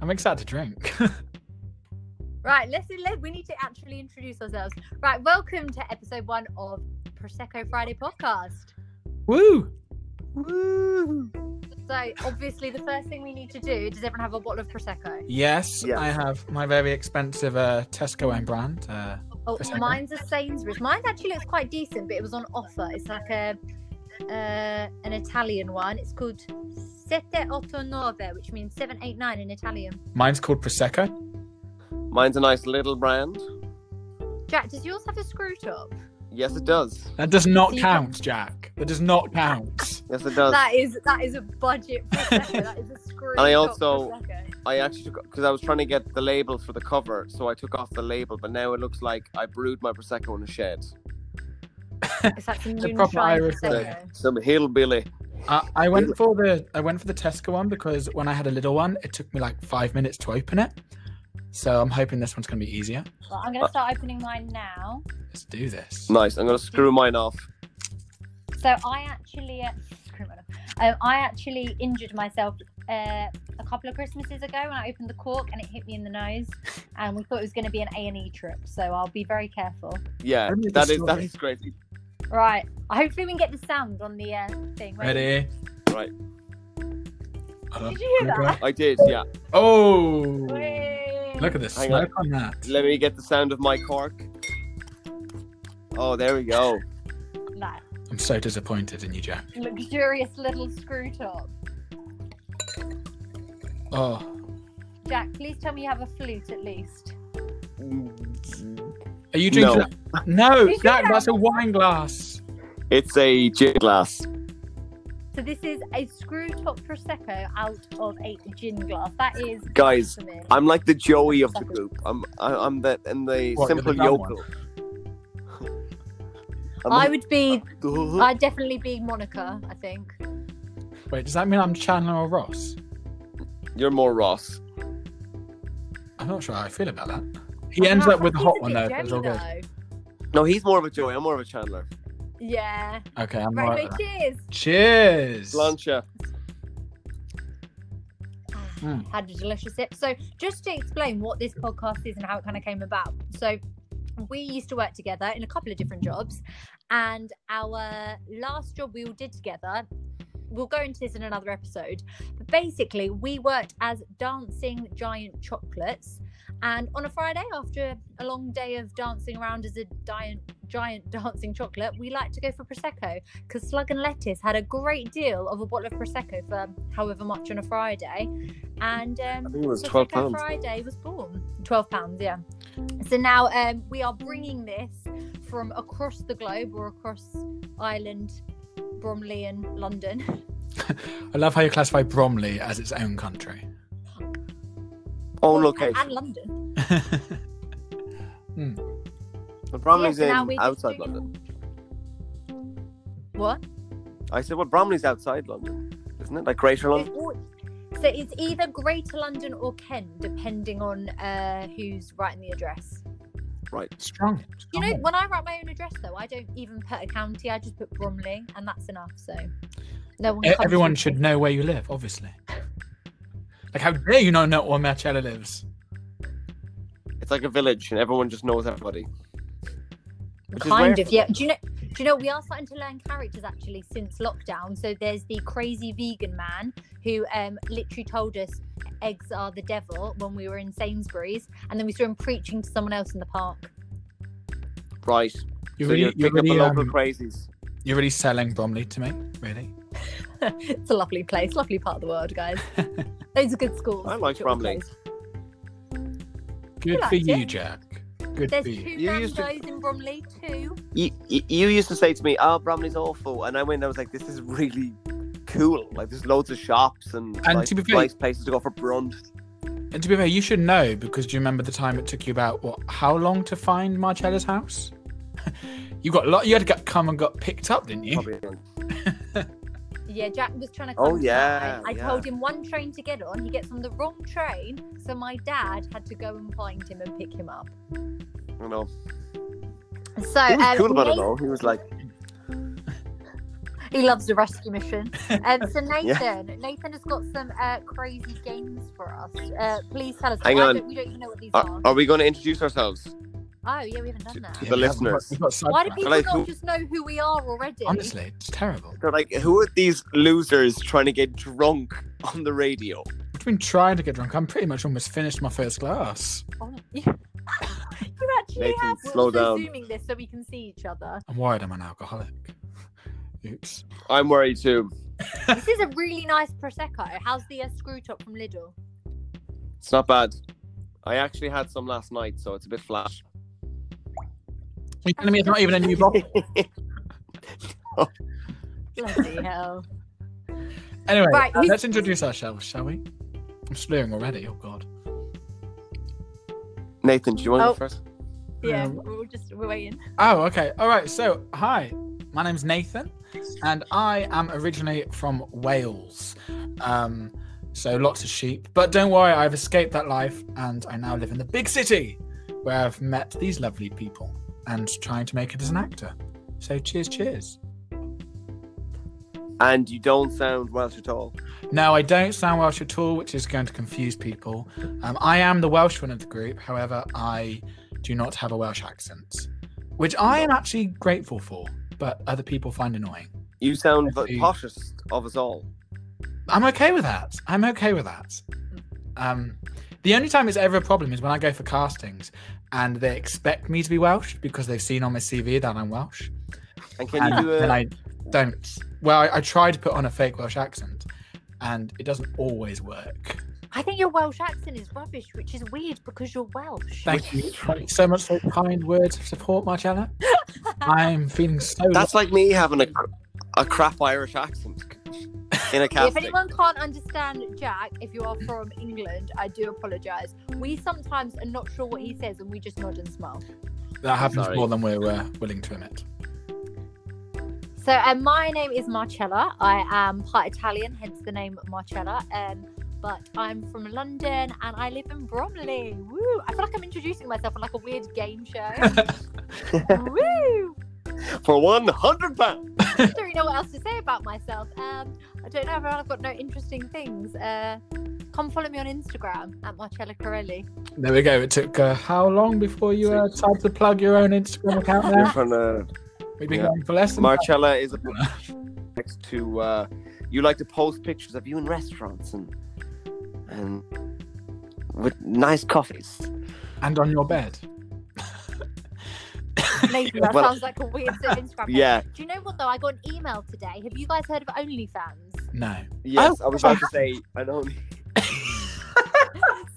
I'm excited to drink. Right, let's let, we need to actually introduce ourselves. Right, welcome to episode one of Prosecco Friday podcast. Woo! Woo! So obviously, the first thing we need to do. Does everyone have a bottle of prosecco? Yes, Yes. I have my very expensive uh, Tesco own brand. Uh, Oh, Prosecco. mine's a Sainsbury's. Mine actually looks quite decent, but it was on offer. It's like a uh, an Italian one. It's called Sette Otto Nove, which means seven, eight, nine in Italian. mine's called Prosecco. Mine's a nice little brand. Jack, does yours have a screw top? Yes, it does. That does not See, count, Jack. That does not count. Yes, it does. That is that is a budget prosecco. that is a screw. I top also- prosecco. I actually took because I was trying to get the label for the cover, so I took off the label. But now it looks like I brewed my prosecco in a shed. It's like some The moonshine proper Irish So, prosecco. some hillbilly. I, Uh, I went for the I went for the Tesco one because when I had a little one, it took me like five minutes to open it. So I'm hoping this one's going to be easier. Well, I'm Uh, going to start opening mine now. Let's do this. Nice. I'm gonna screw mine off. So I actually, uh, screw my life. um, I actually injured myself uh, a couple of Christmases ago when I opened the cork and it hit me in the nose, and we thought it was going to be an A and E trip. So I'll be very careful. Yeah, Tell me the that is that story. is great. Right. Hopefully we can get the sound on the uh, thing. Ready? Right. Did you hear that? I did. Yeah. Oh! Whee! Look at the Hang smoke on that. Let me get the sound of my cork. Oh, there we go. that I'm so disappointed in you, Jack. luxurious little screw top. Oh, Jack, please tell me you have a flute at least. are you drinking? No. that- No, You Jack, should that's a wine glass. It's a gin glass. So this is a screw top prosecco out of a gin glass. That is Guys, for me. I'm like the Joey of the group. I'm I, I'm the and What, you're the the simple dumb one? yokel. I would be would. I'd definitely be Monica, I think. Wait, does that mean I'm Chandler or Ross? You're more Ross. I'm not sure how I feel about that. He I ends dunno, up with I the hot think one though. but It's Oh, he's a bit all Joey, good. No, he's more of a Joey. I'm more of a Chandler. though. Yeah. Okay, I'm all Right, right. anyway, with that. cheers. Cheers. Blancha. Mm. Had a delicious sip. So, just to explain what this podcast is and how it kind of came about. So, we used to work together in a couple of different jobs, and our last job we all did together. We'll go into this in another episode. But basically, we worked as dancing giant chocolates. And on a Friday, after a long day of dancing around as a giant, giant dancing chocolate, we like to go for Prosecco because Slug and Lettuce had a great deal of a bottle of Prosecco for however much on a Friday. And um, I think it was so twelve Takeout pounds. Friday was born. Twelve pounds, yeah. So now um, we are bringing this from across the globe or across Ireland, Bromley, and London. I love how you classify Bromley as its own country. Own Or- location. And London. The Bromley's Yeah, so now in we're just outside doing- London. What? I said, well, Bromley's outside London, isn't it? Like Greater London. Or- So it's either Greater London or Kent, depending on uh, who's writing the address. Strong. You Oh. know, strong. when I write my own address, though, I don't even put a county. I just put Bromley, and that's enough. So no one. E- comes everyone with should me. know where you live, obviously. Like, how dare you not know where Marcella lives? It's like a village, and everyone just knows everybody. Which is kind rare of yeah do you know do you know we are starting to learn characters actually since lockdown so there's the crazy vegan man who um literally told us eggs are the devil when we were in sainsbury's and then we saw him preaching to someone else in the park Right. You're so really, you you're pick up the really, local um, crazies. you're really selling Bromley to me, really. it's a lovely place lovely part of the world guys those are good schools I like Good old Bromley. place. Good like for you, it. Jack. Good there's for two you. You used to- Nando's in bromley too You, you, you used to say to me, "Oh, Bromley's awful," and I went. I was like, "This is really cool. Like, there's loads of shops and, And like, to be fair- nice places to go for brunch." And to be fair, you should know because do you remember the time it took you about what? How long to find Marcella's house? you got a lot. You had to get, come and got picked up, didn't you? Probably. Yeah, Jack was trying to. Oh, Come yeah, I yeah. told him one train to get on. He gets on the wrong train, so my dad had to go and find him and pick him up. I don't know. So He was um, cool about it Nathan- though. He was like, He loves the rescue mission. Um, so Nathan, Yeah. Nathan has got some uh, crazy games for us. Uh, please tell us. Hang I on. Uh, Don't, we don't even know what these Are, are. are we going to introduce ourselves? Oh yeah, we haven't done that. to the listeners. We've got Why do sidetracked. people Like, not who- just know who we are already? Honestly, it's terrible. They're like, who are these losers trying to get drunk on the radio? Between trying to get drunk, I'm pretty much almost finished my first glass. Oh, you you actually Nathan, have. slow We're also down. zooming this so we can see each other. I'm worried I'm an alcoholic. Oops. I'm worried too. this is a really nice prosecco. How's the uh, screw top from Lidl? It's not bad. I actually had some last night, so it's a bit flash. Are you telling me it's not even a new bottle? Bloody hell! Anyway, Right, uh, who's- let's introduce ourselves, shall we? I'm slurring already. Oh God. Nathan, do you want to Oh. go first? Yeah, Um, we're just we're waiting. Oh, okay. All right. So, hi. My name's Nathan, and I am originally from Wales. Um, so lots of sheep. But don't worry, I've escaped that life, and I now live in the big city, where I've met these lovely people and trying to make it as an actor. So cheers, cheers. And you don't sound Welsh at all. No, I don't sound Welsh at all, which is going to confuse people. Um, I am the Welsh one of the group. However, I do not have a Welsh accent, which I am actually grateful for, but other people find annoying. You sound the Actually- poshest of us all. I'm okay with that. I'm okay with that. Um, the only time it's ever a problem is when I go for castings and they expect me to be Welsh because they've seen on my CV that I'm Welsh. And can you and do a then I don't. Well, I, I try to put on a fake Welsh accent and it doesn't always work. I think your Welsh accent is rubbish, which is weird because you're Welsh. Thank you so much for the kind words of support, Marcella. I'm feeling so. That's like me having a, cr- a crap Irish accent in a If casting. anyone can't understand Jack, if you are from England, I do apologise. We sometimes are not sure what he says and we just nod and smile. that happens Sorry. more than we're uh, willing to admit. So, um, my name is Marcella. I am part Italian, hence the name Marcella. Um, but I'm from London and I live in Bromley. Woo! I feel like I'm introducing myself on like a weird game show. Woo! For 100 pounds. I don't really know what else to say about myself. Um, I don't know. I've got no interesting things. Uh, come follow me on Instagram at Marcella Corelli. There we go. It took uh, how long before you uh, tried to plug your own Instagram account You're now? from uh, We've been Yeah. going for less than Marcella is a next to. Uh, you like to post pictures of you in restaurants and and with nice coffees. and on your bed. Maybe that Well- sounds like a weird set of Instagram. Yeah. page. Do you know what though? I got an email today. Have you guys heard of OnlyFans? No. Yes, I was Oh. about to say. I know.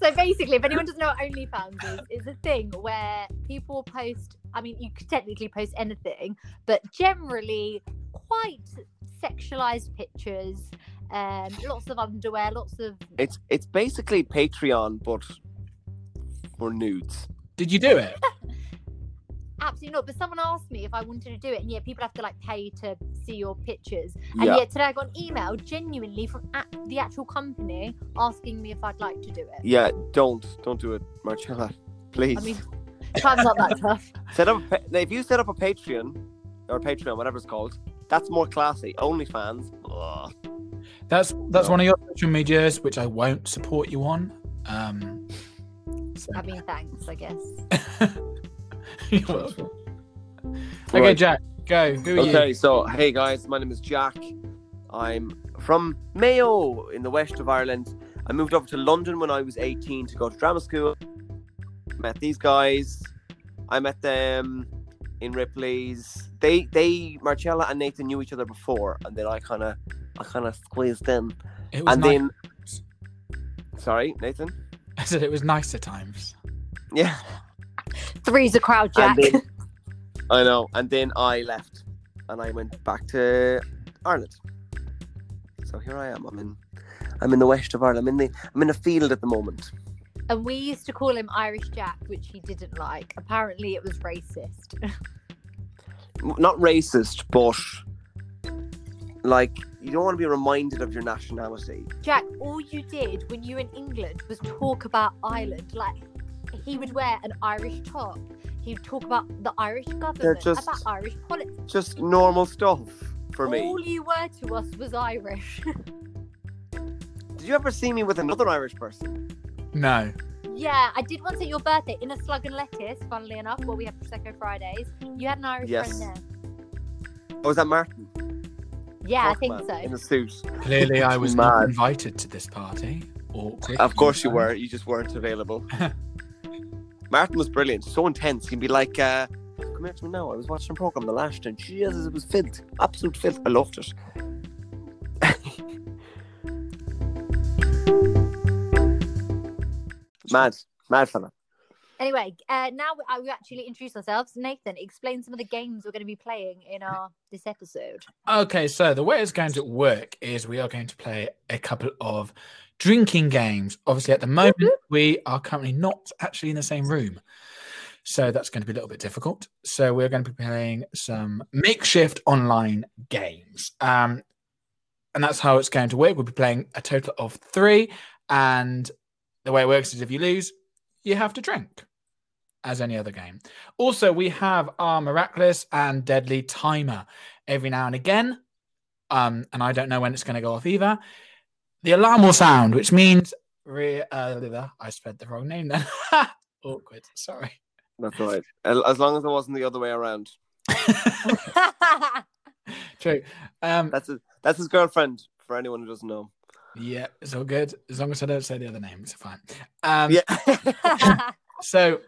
so basically, if anyone doesn't know what OnlyFans is, it's a thing where people post. I mean, you could technically post anything, but generally quite sexualized pictures. Um, lots of underwear, lots of It's it's basically Patreon, but for nudes. Did you do it? absolutely not. But someone asked me if I wanted to do it, and yeah, people have to like pay to see your pictures. And Yeah. yeah, today I got an email genuinely from at the actual company asking me if I'd like to do it. Yeah. Don't don't do it, Marcella. Please. I mean, time's not that tough. Set up a pa- now, if you set up a Patreon or Patreon, whatever it's called. That's more classy. OnlyFans. Ugh. That's that's No. one of your social medias which I won't support you on. Um, so- I mean, thanks, I guess. You're welcome. okay, Right. Jack, go. Who are Okay, you? so hey guys, my name is Jack. I'm from Mayo in the west of Ireland. I moved over to London when I was 18 to go to drama school. Met these guys. I met them in Ripley's. They they Marcella and Nathan knew each other before, and then I kind of I kind of squeezed in, It was and nice. then sorry Nathan. I said it was nicer times. Yeah, Three's a crowd, Jack. and then I know, and then I left, and I went back to Ireland. So here I am. I'm in, I'm in the west of Ireland. I'm in the, I'm in a field at the moment. And we used to call him Irish Jack, which he didn't like. Apparently, it was racist. M- Not racist, but like you don't want to be reminded of your nationality. Jack, all you did when you were in England was talk about Ireland. Like, he would wear an Irish top. He would talk about the Irish government, just- about Irish politics. Just normal stuff. for me. All you were to us was Irish. Did you ever see me with another Irish person? No. yeah, I did once at your birthday in a slug and lettuce, funnily enough, where we have Prosecco Fridays. You had an Irish Yes. friend there. Oh, was that Martin? Yeah, I think Kaufman so. In a suit. Clearly, I was not Mad. invited to this party. Awkward. Of course you were. You just weren't available. Martin was brilliant. So intense. He'd be like, uh, "Come here to me now. I was watching a program the last, and Jesus, it was filth. Absolute filth. I loved it." mad, mad fella. Anyway, uh, now we, uh, we actually introduce ourselves. Nathan, explain some of the games we're going to be playing in our this episode. Okay, so the way it's going to work is we are going to play a couple of drinking games. Obviously, at the moment, we are currently not actually in the same room. So that's going to be a little bit difficult. So we're going to be playing some makeshift online games. Um, and that's how it's going to work. We'll be playing a total of three. And the way it works is if you lose, you have to drink, as any other game. Also, we have our miraculous and deadly timer every now and again. Um, and I don't know when it's going to go off either. The alarm will sound, which means re- uh, I spelled the wrong name then. Awkward. Sorry. That's all right. As as long as it wasn't the other way around. True. Um, That's his, that's his girlfriend. For anyone who doesn't know. yeah, it's all good as long as I don't say the other name. It's fine. Um, yeah. So,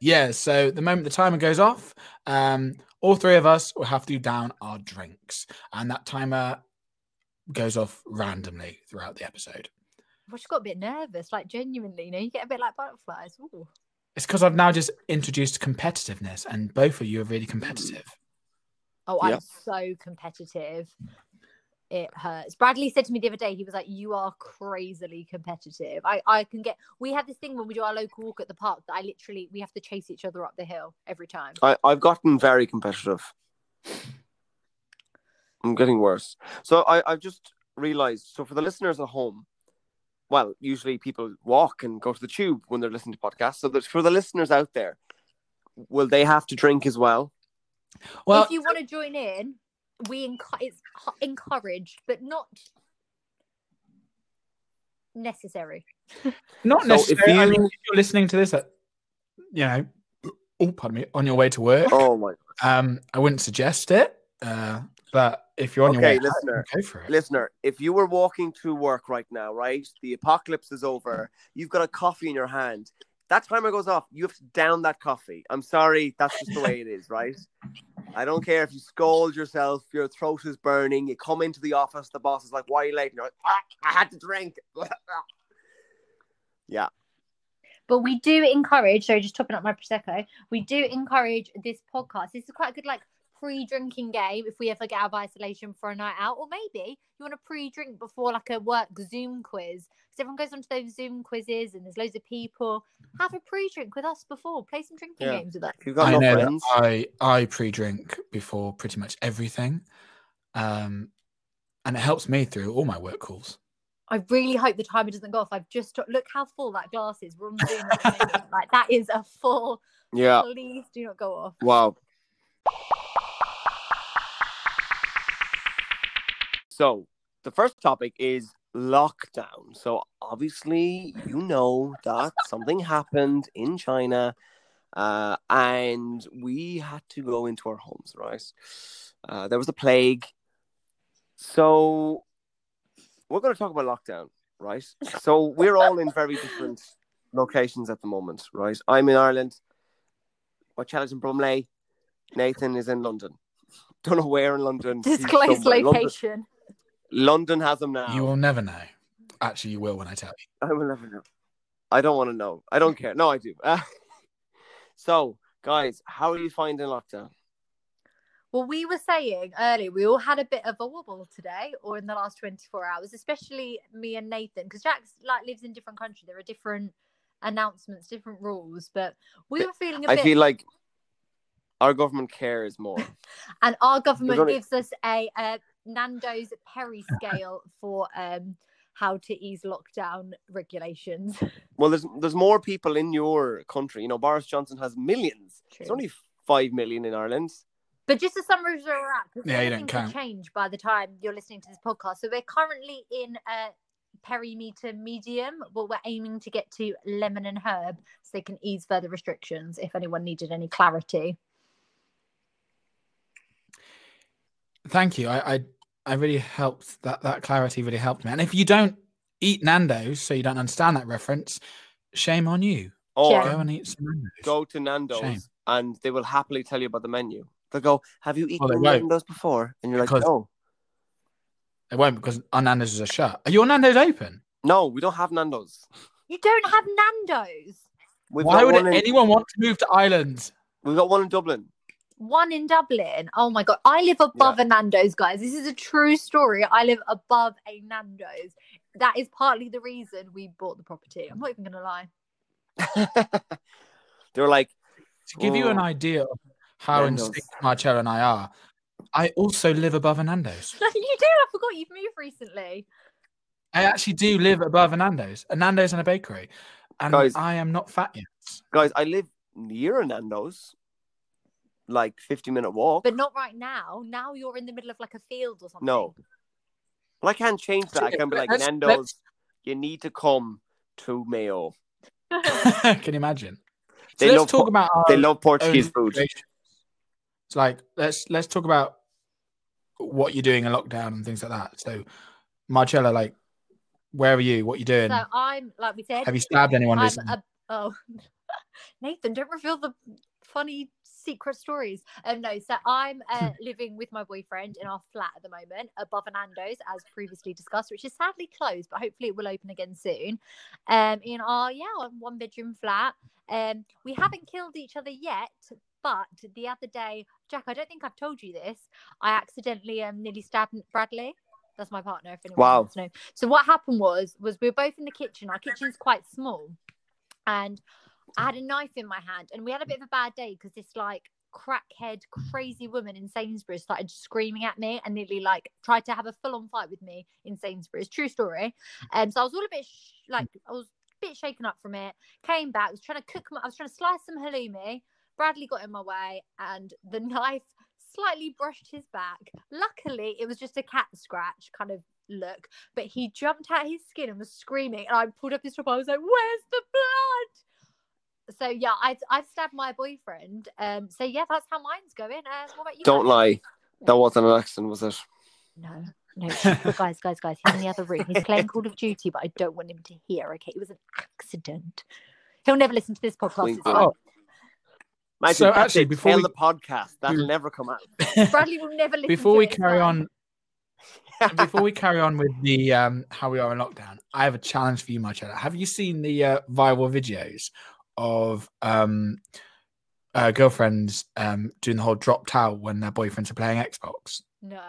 yeah. So the moment the timer goes off, um, all three of us will have to down our drinks, and that timer goes off randomly throughout the episode. well, she got a bit nervous, like genuinely. You know, you get a bit like butterflies. Ooh. It's because I've now just introduced competitiveness, and both of you are really competitive. Oh, Yeah. I'm so competitive. It hurts. Bradley said to me the other day, he was like, You are crazily competitive. I, I can get, we have this thing when we do our local walk at the park that I literally, we have to chase each other up the hill every time. I, I've gotten very competitive. I'm getting worse. So I, I've just realized. So for the listeners at home, well, usually people walk and go to the tube when they're listening to podcasts. So that for the listeners out there, will they have to drink as well? Well, if you want to join in, we enc- it's h- encouraged, but not necessary. not So if necessarily. I mean, you- if you're listening to this, at, you know, oh, pardon me, on your way to work, Oh my! um, I wouldn't suggest it. Uh, but if you're on your Okay, way, out, listener, go for it. Listener, if you were walking to work right now, right, the apocalypse is over. You've got a coffee in your hand. That timer goes off. You have to down that coffee. I'm sorry, that's just the way it is, right? I don't care if you scold yourself, your throat is burning. You come into the office, the boss is like, "Why are you late?" And you're like, ah, "I had to drink." But we do encourage, sorry, just topping up my Prosecco, we do encourage this podcast. This is quite a good, like, pre drinking game if we ever get out of isolation for a night out. Or maybe you want to pre drink before, like, a work Zoom quiz. Because everyone goes onto those Zoom quizzes and there's loads of people. Have a pre drink with us before. Play some drinking Yeah. games with us. If you've got I no know friends, that I I pre-drink before pretty much everything, um, and it helps me through all my work calls. I really hope the timer doesn't go off. I've just look how full that glass is. We're on Zoom at the moment. like that is a full. yeah, Please do not go off. wow. So the first topic is lockdown. So obviously, you know that something happened in China, uh, and we had to go into our homes. Right? Uh, there was a plague. So we're going to talk about lockdown, right? So we're all in very different locations at the moment, right? I'm in Ireland. Or Charlotte's in Bromley. Nathan is in London. Don't know where in London. He's Disclose somewhere. London, location. London has him now. You will never know. Actually, you will when I tell you. I will never know. I don't want to know. I don't care. No, I do. so, guys, how are you finding lockdown? Well, we were saying earlier, we all had a bit of a wobble today or in the last 24 hours, especially me and Nathan, because Jack's like lives in different countries. There are different announcements, different rules, but we were feeling a I bit feel like our government cares more. and our government There's only- gives us a, uh Nando's Perry scale for um how to ease lockdown regulations. well, there's there's more people in your country. You know, Boris Johnson has millions. There's True. only five million in Ireland. But just to summarize where we're at, 'cause Yeah, you don't everything count. could change by the time you're listening to this podcast. So we're currently in a perimeter medium, but we're aiming to get to lemon and herb so they can ease further restrictions if anyone needed any clarity. Thank you. I, I I really helped that that clarity really helped me. And if you don't eat Nando's, so you don't understand that reference, shame on you. Or Yeah. Go and eat some Nando's. go to Nando's Shame. and they will happily tell you about the menu. They'll go, Have you eaten they at won't. Nando's before? And you're like, Because- No. They won't because our Nando's are shut. Are your Nando's open? No, we don't have Nando's. You don't have Nando's. We've Why got would one in, anyone want to move to Ireland? we've got one in Dublin. One in Dublin. Oh my god. I live above a Nando's, guys. This is a true story. I live above a Nando's. That is partly the reason we bought the property. I'm not even gonna lie. they were like, To give you an Oh. idea of how in Nando's. sync Marcello and I are, I also live above a Nando's. No, you do. I forgot you've moved recently. I actually do live above a Nando's, a Nando's and a bakery. And Guys. I am not fat yet. Guys, I live near a Nando's, like 50 minute walk. But not right now. Now you're in the middle of like a field or something. No. Well, I can't change that. I can't be like, Let's- Nando's, you need to come to Mayo. let's- Can you imagine? So They let's love talk po- about our They love own Portuguese food. situations. It's like let's let's talk about what you're doing in lockdown and things like that. So Marcella, like where are you? What you doing? So I'm like we said. Have you stabbed anyone I'm recently? a, oh Nathan, don't reveal the funny secret stories. Um, no, so I'm Hmm. uh, living with my boyfriend in our flat at the moment above an Ando's, as previously discussed, which is sadly closed, but hopefully it will open again soon. Um, in our yeah, our one bedroom flat. Um, we haven't killed each other yet, but the other day, Jack, I don't think I've told you this. I accidentally um nearly stabbed Bradley. That's my partner. If anyone Wow. wants to know. So what happened was was we were both in the kitchen. Our kitchen's quite small, and I had a knife in my hand. And we had a bit of a bad day because this like crackhead crazy woman in Sainsbury's started screaming at me and nearly like tried to have a full on fight with me in Sainsbury's. True story. Um, so I was all a bit sh- like I was a bit shaken up from it. Came back. was trying to cook. My- I was trying to slice some halloumi. Bradley got in my way, and the knife slightly brushed his back. Luckily, it was just a cat scratch kind of look, but he jumped out his skin and was screaming. And I pulled up his top. I was like, "Where's the blood?" So yeah, I I stabbed my boyfriend. Um, so yeah, that's how mine's going. Uh, what about you? Don't guys? lie. That wasn't an accident, was it? No, no, shh. guys, guys, guys. He's in the other room. He's playing Call of Duty, but I don't want him to hear. Okay, it was an accident. He'll never listen to this podcast. Wink, It's fine. wink. Imagine So if they actually, before tell we- Mm. the podcast, that'll never come out. Bradley will never listen. before to we it, it's carry fine. on before we carry on with the um how we are in lockdown i have a challenge for you marcella have you seen the uh, viral videos of um uh, girlfriends um doing the whole drop towel when their boyfriends are playing xbox no.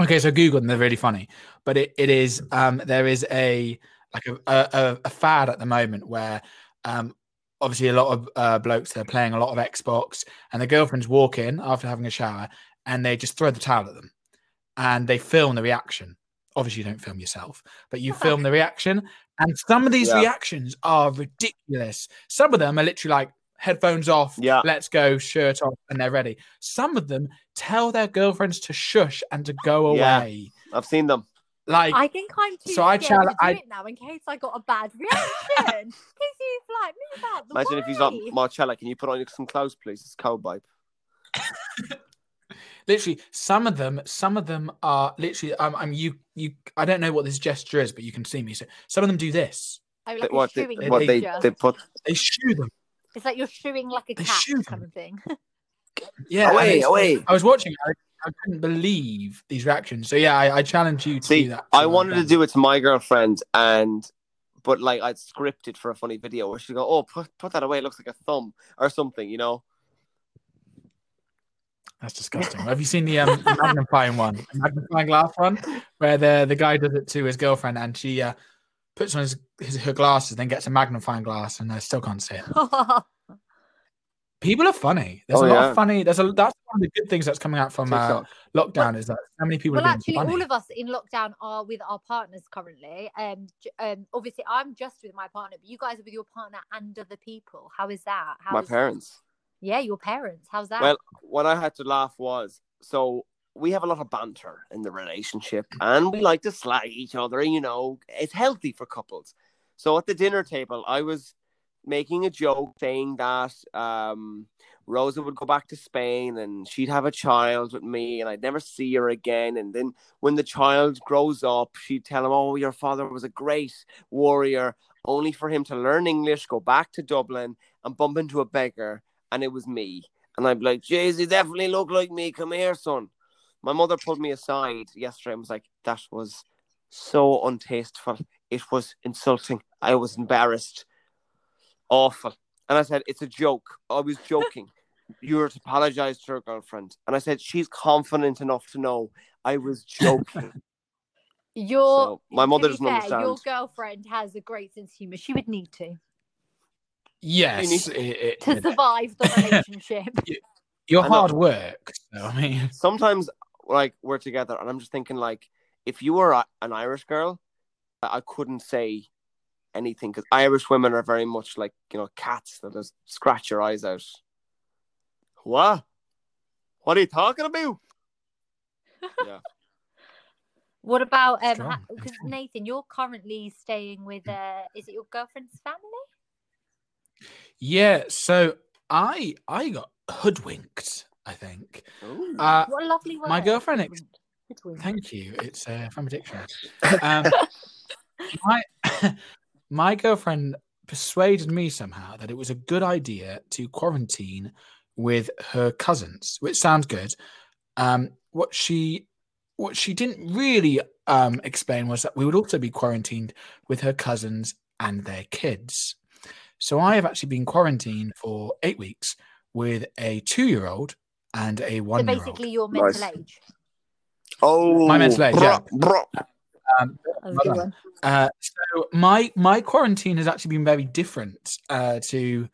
okay so google them they're really funny but it, it is um there is a like a, a a- a fad at the moment where um obviously a lot of uh, blokes they're playing a lot of xbox and the girlfriends walk in after having a shower and they just throw the towel at them and they film the reaction obviously you don't film yourself but you film the reaction and some of these Yeah. reactions are ridiculous some of them are literally like headphones off Yeah. let's go shirt off and they're ready some of them tell their girlfriends to shush and to go Yeah. away I've seen them. like I think I'm too So so I I chal- to do I- it now in case I got a bad reaction. in case you like move out the Imagine way. if he's not Marcella. Can you put on some clothes, please? It's cold, babe. literally some of them some of them are literally i'm, I'm you you i don't know what this gesture is but you can see me so some of them do this Oh, They- like what a they, shooing what they, gesture. they put. they shoo them It's like you're shooing like a They cat shoot kind them. of thing. yeah and away, it's- away. i was watching I, I couldn't believe these reactions so yeah i, I challenge you to do See, that I wanted to do it to my girlfriend, and but like I'd script it for a funny video where she'd go, "Oh, put put that away. It looks like a thumb or something," you know. that's disgusting have you seen the um the magnifying one the magnifying glass one where the the guy does it to his girlfriend and she uh puts on his, his her glasses then gets a magnifying glass and i still can't see it people are funny there's Oh, a lot yeah. of funny there's a that's one of the good things that's coming out from uh, TikTok. lockdown is that how many people well, are being actually, funny? all of us in lockdown are with our partners currently. Um, j- um, obviously, I'm just with my partner, but you guys are with your partner and other people. How is that? How my is- parents. Yeah, your parents. How's that? Well, what I had to laugh was so we have a lot of banter in the relationship and we like to slag each other, you know, it's healthy for couples. So at the dinner table, I was making a joke saying that um, Rosa would go back to Spain and she'd have a child with me and I'd never see her again. And then when the child grows up, she'd tell him, Oh, your father was a great warrior, only for him to learn English, go back to Dublin and bump into a beggar. And it was me. And I'd be like, Jeez, you definitely look like me. Come here, son. My mother pulled me aside yesterday and was like, That was so untasteful. It was insulting. I was embarrassed. Awful. And I said, It's a joke. I was joking. you were to apologize to her girlfriend. And I said, She's confident enough to know I was joking. your So, my mother to be doesn't fair, understand. Your girlfriend has a great sense of humor. She would need to Yes, You it, it, to it- survive the relationship. your I know. hard work. So, I mean, sometimes like we're together and I'm just thinking like if you were a- an Irish girl, I I couldn't say anything because Irish women are very much like you know cats that just scratch your eyes out. What? What are you talking about? what about um? Strong. Hmm. Because Nathan, you're currently staying with uh, is it your girlfriend's family? yeah. So I I got hoodwinked. I think. Ooh. Uh, What a lovely word. my girlfriend ex- Hoodwinked. Thank you. It's uh, from a dictionary. Um, my, my girlfriend persuaded me somehow that it was a good idea to quarantine with her cousins, which sounds good. Um, what she what she didn't really um, explain was that we would also be quarantined with her cousins and their kids. So I have actually been quarantined for eight weeks with a two-year-old and a So one-year-old. basically, your Nice. mental age. oh, My mental age, yeah. bruh, bruh. That was a good Well one. Uh, so my my quarantine has actually been very different uh, to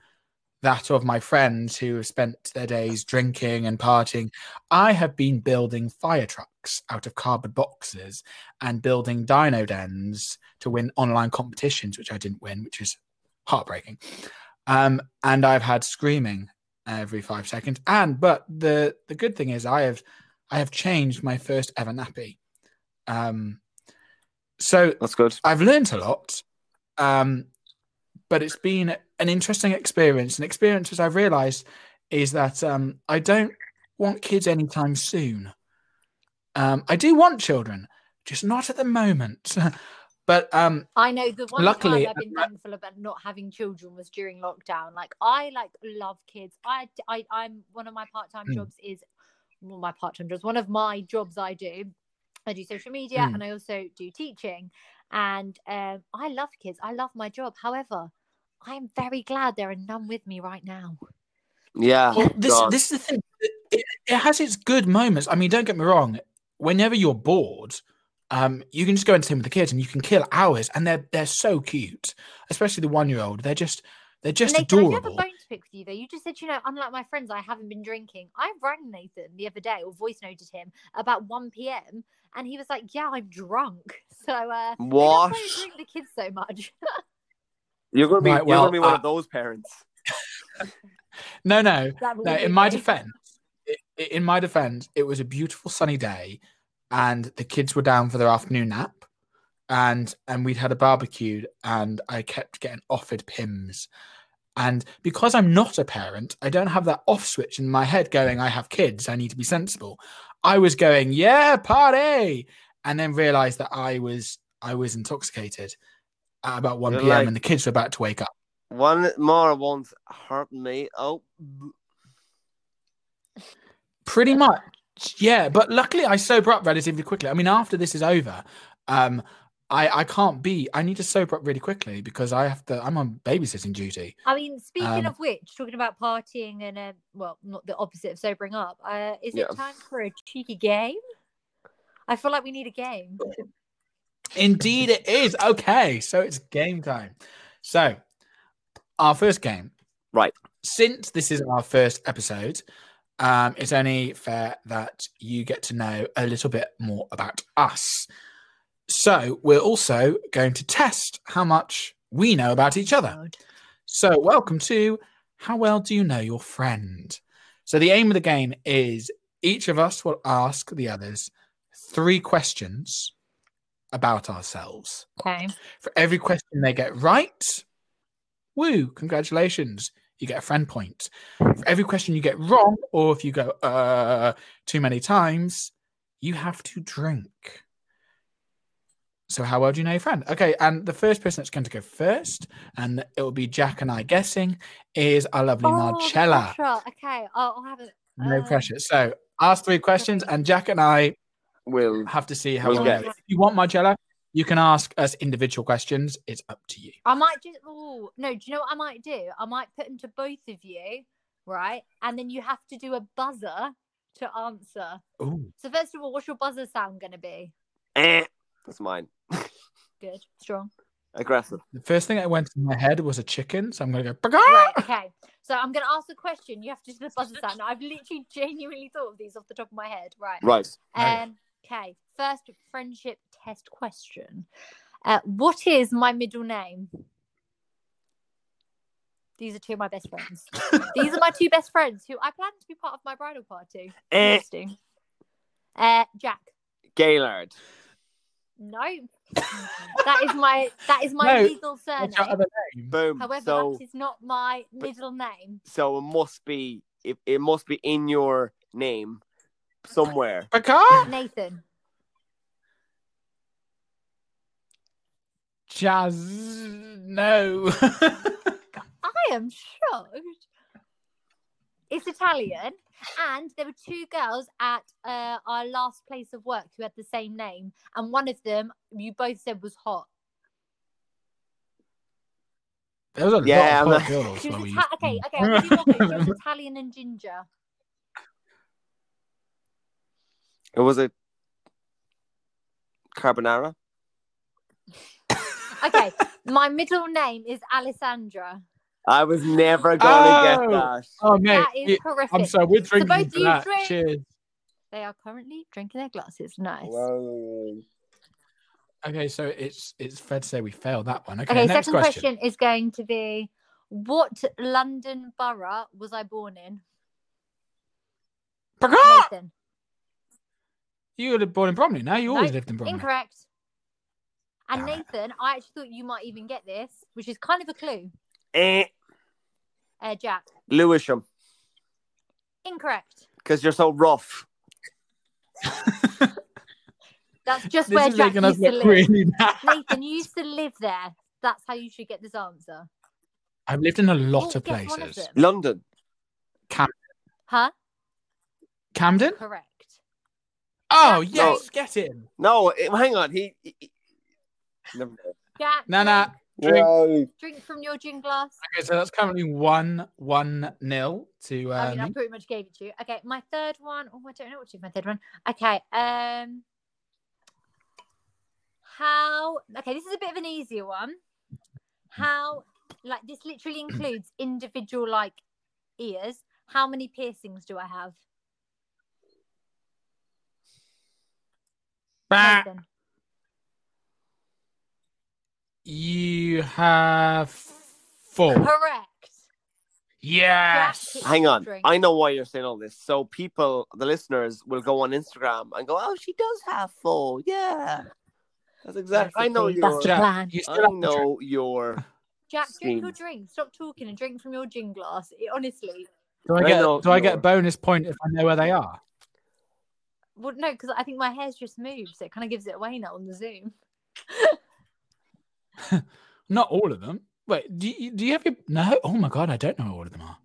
that of my friends who have spent their days drinking and partying. I have been building fire trucks out of cardboard boxes and building dino dens to win online competitions, which I didn't win, which is heartbreaking. Um, and I've had screaming every five seconds. And but the the good thing is I have I have changed my first ever nappy. Um, so That's good. I've learnt a lot, um, but it's been an interesting experience. An experience as I've realised is that um, I don't want kids anytime soon. Um, I do want children, just not at the moment. but um, I know the one Luckily, time I've been thankful about not having children was during lockdown. Like I like love kids. I I I'm one of my part time Mm. jobs is well, my part time jobs. One of my jobs I do. I do social media Mm. and I also do teaching. And um, I love kids. I love my job. However, I am very glad there are none with me right now. Yeah. well, Oh, this Oh God. this is the thing. It, it has its good moments. I mean, don't get me wrong. Whenever you're bored, um, you can just go and entertain with the kids, and you can kill hours. And they're they're so cute, especially the one year old. They're just they're just Nathan, I do have a adorable. bone to pick with you though. You just said, you know, unlike my friends, I haven't been drinking. I rang Nathan the other day or voice noted him about 1 p.m. and he was like, Yeah, I'm drunk. So uh maybe that's What? why you drink the kids so much. You're gonna be Right, well, you're gonna be one uh, of those parents. No, no, That No, will in be my me. defense, i- i- in my defense, it was a beautiful sunny day, and the kids were down for their afternoon nap, and and we'd had a barbecue, and I kept getting offered pims, and because I'm not a parent, I don't have that off switch in my head going, I have kids, I need to be sensible. I was going, yeah, party, and then realized that I was I was intoxicated at about one You're p.m. like- and the kids were about to wake up. One more won't hurt me. Oh, b- Pretty much, yeah. But luckily, I sober up relatively quickly. I mean, after this is over, um, I I can't be. I need to sober up really quickly because I have to. I'm on babysitting duty. I mean, speaking Um, of which, talking about partying and uh, well, not the opposite of sobering up, uh, is Yeah. it time for a cheeky game? I feel like we need a game. Indeed, it is okay. So it's game time. So our first game, Right. Since this is our first episode, um, it's only fair that you get to know a little bit more about us. So we're also Oh, going to test how much we know about each other. God. So, welcome to How well do you know your friend? So the aim of the game is each of us will ask the others three questions about ourselves. Okay. For every question they get right, woo, congratulations, you get a friend point. For every question you get wrong, or if you go, uh, too many times, you have to drink. So, how well do you know your friend? Okay, and the first person that's going to go first, and it will be Jack and I guessing, is our lovely Marcella. Pressure. Oh, Okay. Oh, I'll have it. No Uh, pressure. So, ask three questions, and Jack and I Will. have to see how We'll well get If you want Marcella, you can ask us individual questions. It's up to you. I might just. Oh no! Do you know what I might do? I might put them to both of you, right? And then you have to do a buzzer to answer. Ooh. So first of all, what's your buzzer sound going to be? Eh. That's mine. Good, strong. Aggressive. The first thing that went in my head was a chicken, so I'm going to go. Right. "Bagar!" Okay. So I'm going to ask a question. You have to do the buzzer sound. I've literally genuinely thought of these off the top of my head. Right. Right. Right. Um, okay. First friendship test question. Uh, what is my middle name? These are two of my best friends. These are my two best friends who I plan to be part of my bridal party. Eh. Interesting. Uh, Jack. Gaylord. No. that is my that is my No. legal surname. What's your other name? Boom. However, so that is not my middle name. so it must be it, it must be in your name somewhere. Bagar? Nathan. Jazz. No. I am shocked. It's Italian, and there were two girls at uh, our last place of work who had the same name, and one of them you both said was hot. there was a Yeah, lot of I'm- hot girls. She was when we Ita- used to- okay, okay. I'll give you one bit. She was Italian and ginger. It was a carbonara. Okay, my middle name is Alessandra. I was never gonna Oh. get that. Oh, mate. that is yeah, horrific. I'm sorry. We're drinking both for you that. drink. Cheers. They are currently drinking their glasses. Nice. Whoa. Okay, so it's it's fair to say we failed that one. Okay, okay, next second question. question is going to be: What London borough was I born in? Bagar! Nathan. You lived born in Bromley. Now you No, always lived in Bromley. Incorrect. And Damn it. Nathan, I actually thought you might even get this, which is kind of a clue. Eh. Uh, Jack, Lewisham, incorrect. because you're so rough. That's just This where is Jack making us used to look live. really bad. Nathan, you used to live there. That's how you should get this answer. I've lived in a lot Oh, of guess one places. them. London. Huh? Camden? Correct. Oh, Jack- yes, get him. No, eh, hang on. He. he, he- Never mind. Jack, Nana. Drink. Whoa. drink from your gin glass. Okay, so that's currently one one nil to I um, mean, I pretty much gave it to you. Okay, my third one. Oh, I don't know what to do. with My third one. Okay. Um. How? Okay, this is a bit of an easier one. How? Like this literally includes individual like ears. How many piercings do I have? Bah! Nathan? You have four. Correct. Yes. Jack- Hang on. Drink. I know why you're saying all this. So people, the listeners, will go on Instagram and go, "Oh, she does have full. Yeah." That's exactly. I know That's your. the plan. You I still have to know your. Jack, drink your Scenes. drink. Stop talking and drink from your gin glass. It, honestly, do I I get know do I get a your- bonus point if I know where they are? well, no, because I think my hair's just moved, so it kind of gives it away now on the Zoom. Not all of them. Wait, do you, do you have your no? Oh my god, I don't know where all of them are.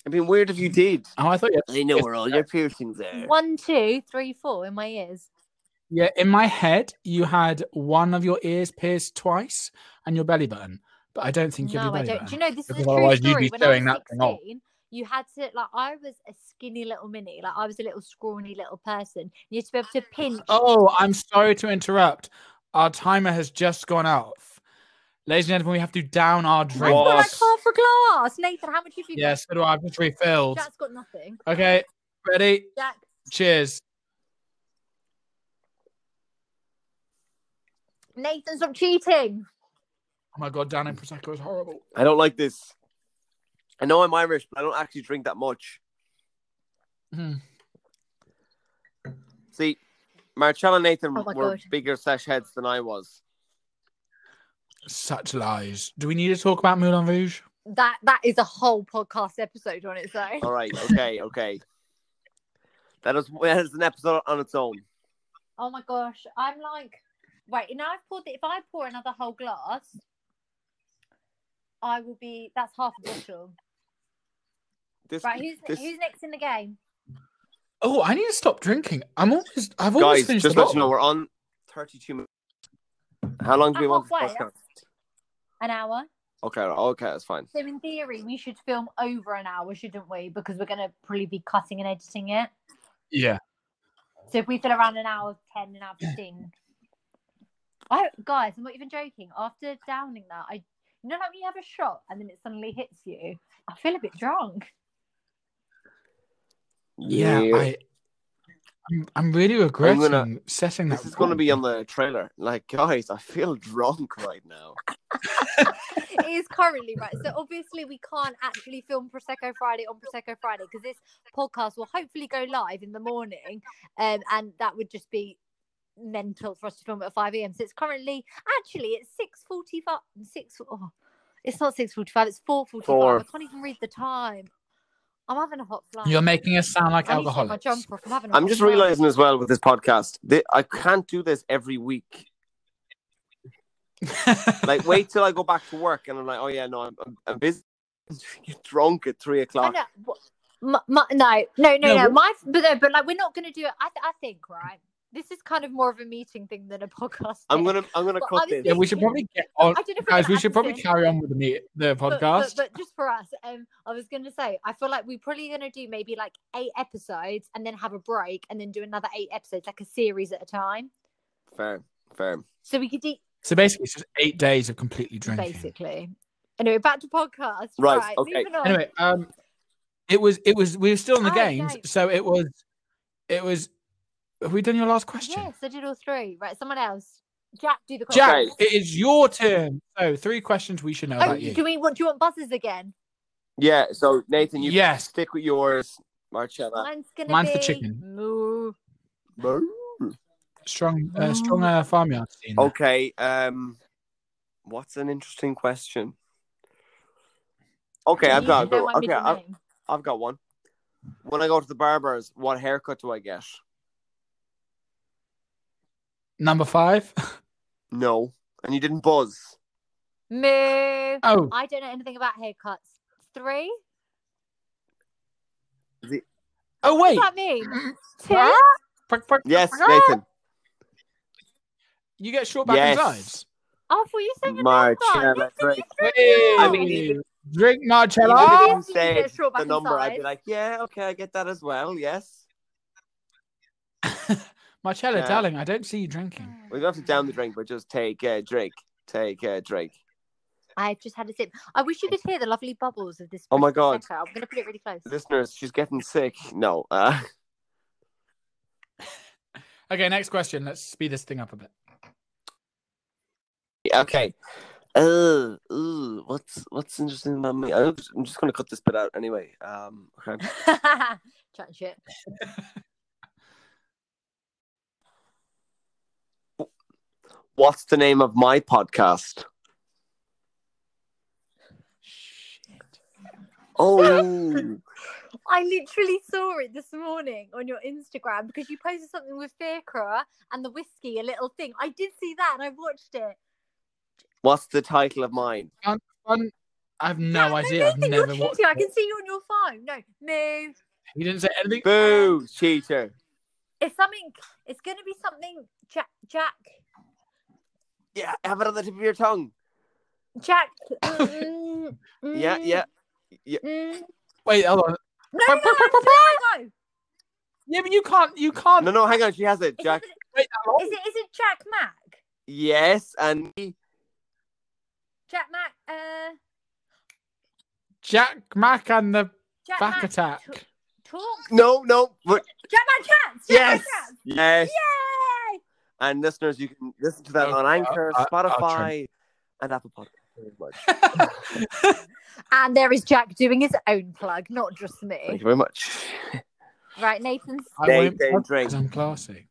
It'd be weird if you did. Oh, I thought you. I know where all your piercings are. One, two, three, four in my ears. Yeah, in my head, you had one of your ears pierced twice and your belly button, but I don't think you No, your I belly don't. Do button. you know this is a Because true otherwise you'd story? be When I was showing that thing off. 16, you had to like I was a skinny little mini, like I was a little scrawny little person. You had to be able to pinch. Oh, I'm sorry to interrupt. Our timer has just gone off. Ladies and gentlemen, we have to down our I've drink. got like Glass. half a glass. Nathan, how much have you Yes, so do I. I've just refilled. got? Jack's got nothing. Okay, ready? Jack, Cheers. Nathan, stop cheating. Oh my god, down in prosecco is horrible. I don't like this. I know I'm Irish, but I don't actually drink that much. Hmm. See, Marcella and Nathan Oh my were God. bigger sesh heads than I was. Such lies. Do we need to talk about Moulin Rouge? That that is a whole podcast episode on its own. All right, okay, okay. That is, that is an episode on its own. Oh my gosh, I'm like, wait. Now I've poured. The, if I pour another whole glass, I will be. That's half a bottle. This, Right, who's this- who's next in the game? Oh, I need to stop drinking. I'm almost. I've almost guys, finished just the let you bottle. know we're on 32 minutes. How long do we I'm want this halfway, podcast? An hour. Okay, right, okay, that's fine. So in theory, we should film over an hour, shouldn't we? Because we're gonna probably be cutting and editing it. Yeah. So if we fill around an hour ten, an hour fifteen. I guys, I'm not even joking. After downing that, I you know like when you have a shot and then it suddenly hits you. I feel a bit drunk. Yeah. I, I'm, I'm really regretting gonna- setting that. this is going to rule. be on the trailer. Like, guys, I feel drunk right now. Oh it is currently right. So obviously we can't actually film Prosecco Friday on Prosecco Friday because this podcast will hopefully go live in the morning, um, and that would just be mental for us to film at five a.m. So it's currently actually it's six forty-five. Six. Oh, it's not six forty-five. It's four forty-five. Four. I can't even read the time. I'm having a hot flash. You're making us sound like I need to take my alcoholics. jumper off. I'm, having a I'm hot just flash. realizing as well with this podcast that I can't do this every week. Like, wait till I go back to work and I'm like, oh yeah, no, I'm, I'm, I'm busy. Get drunk at three I o'clock. know. what- My, my, no, no, no, No, no. what- My, but no, but like we're not gonna do it. I, th- I think right. This is kind of more of a meeting thing than a podcast. I'm thing. gonna, I'm gonna Well, cut obviously- this. yeah, we should probably get on. I don't know if Oh, we're Guys, gonna we add should probably this in, carry on with the meet, the but- podcast. But, but just for us, um, I was gonna say, I feel like we're probably gonna do maybe like eight episodes and then have a break and then do another eight episodes, like a series at a time. Fair, fair. So we could do So basically, it's just eight days of completely drinking. basically. Anyway, back to podcast. Right, Right. okay. moving on. Anyway, um, it was it was we were still in the Oh, games, okay. so it was it was. Have we done your last question? Yes, I did all three. Right, someone else. Jack, do the question. Jack, Okay. it is your turn. So three questions we should know Oh, about you. do we want? Do you want buzzers again? Yeah. So Nathan, you Yes. stick with yours, Marcella. Mine's gonna Mine's be for chicken. Moo. Strong, Oh. uh, strong uh, farmyard scene. there. Okay. Um, what's an interesting question? Okay, I've You got. should know Go, my okay, middle I've, name. I've got one. When I go to the barbers, what haircut do I get? Number five. No, and you didn't buzz. Moo. Oh, I don't know anything about haircuts. Three. oh What wait. does that mean? Ah. Two. Prick, prick. Yes, Ah! Nathan. You get short back Yes. and sides. Oh, for you saying March, yeah, number. that's right. I mean, even- drink Even if Marcella. you Oh. said Yeah, sure, back the and number, I'd be sides. like, yeah, okay, I get that as well. Yes, Marcella, Yeah. darling, I don't see you drinking. Mm. we don't have to down the drink, but just take uh, drink, take uh, drink. I've just had a sip. I wish you could hear the lovely bubbles of this. Oh my Prosecco. God. I'm gonna put it really close. Listeners, she's getting sick. No, uh, Okay, next question. Let's speed this thing up a bit. okay. Uh, ooh, what's what's interesting about me? I'm just, I'm just gonna cut this bit out anyway. Um, okay. Chatting shit. What's the name of my podcast? Oh, I literally saw it this morning on your Instagram because you posted something with Faircrow and the whiskey, a little thing. I did see that and I watched it. what's the title of mine? Fun. I have no Yeah, idea. I've Nathan, you're never watched. cheating. I it. can see you on your phone. No, move. He didn't say anything. Boo, cheater. It's something. It's gonna be something. Jack. Jack. Yeah, have it on the tip of your tongue. Jack. mm, mm, Yeah, yeah. mm. Wait, hold on. No, no, no, no, no, no. Yeah, but you can't. You can't. No, no, hang on. She has it, Is Jack. it- Wait that long. Is it, is it Jack Mack? Yes, and Jack Mack. Uh, Jack Mack and the Jack back Mack attack. t- talk. no, no, but Jack Mack chats. Jack Mack yes, chats. yes. Yay! And listeners, you can listen to that Okay, on Anchor, I- I'll try. Spotify, and Apple Podcasts. very much. And there is Jack doing his own plug, not just Thank me. you very much. Right, Nathan, I They- won't they plug drink. 'cause I'm classy.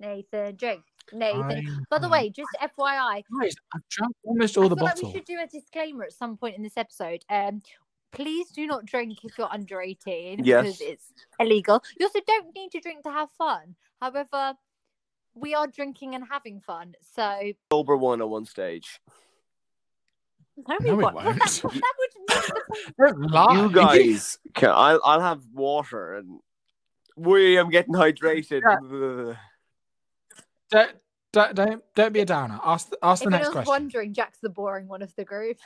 Nathan, drink. Nathan. I'm By the classy. way, just FYI, Guys, I've drunk almost all I the feel bottle. like we should do a disclaimer at some point in this episode. Um, please do not drink if you're under 18 Yes. because it's illegal. You also don't need to drink to have fun. However, we are drinking and having fun. So Sober one at one stage. no, we No, we won't. Well, that, won't. that would make the point. Don't lie. You guys, can, I'll I'll have water and we. I'm getting hydrated. Ugh. don't, don't, don't, don't be a downer. Ask, the- ask the If next anyone's question. wondering, Jack's the boring one of the group.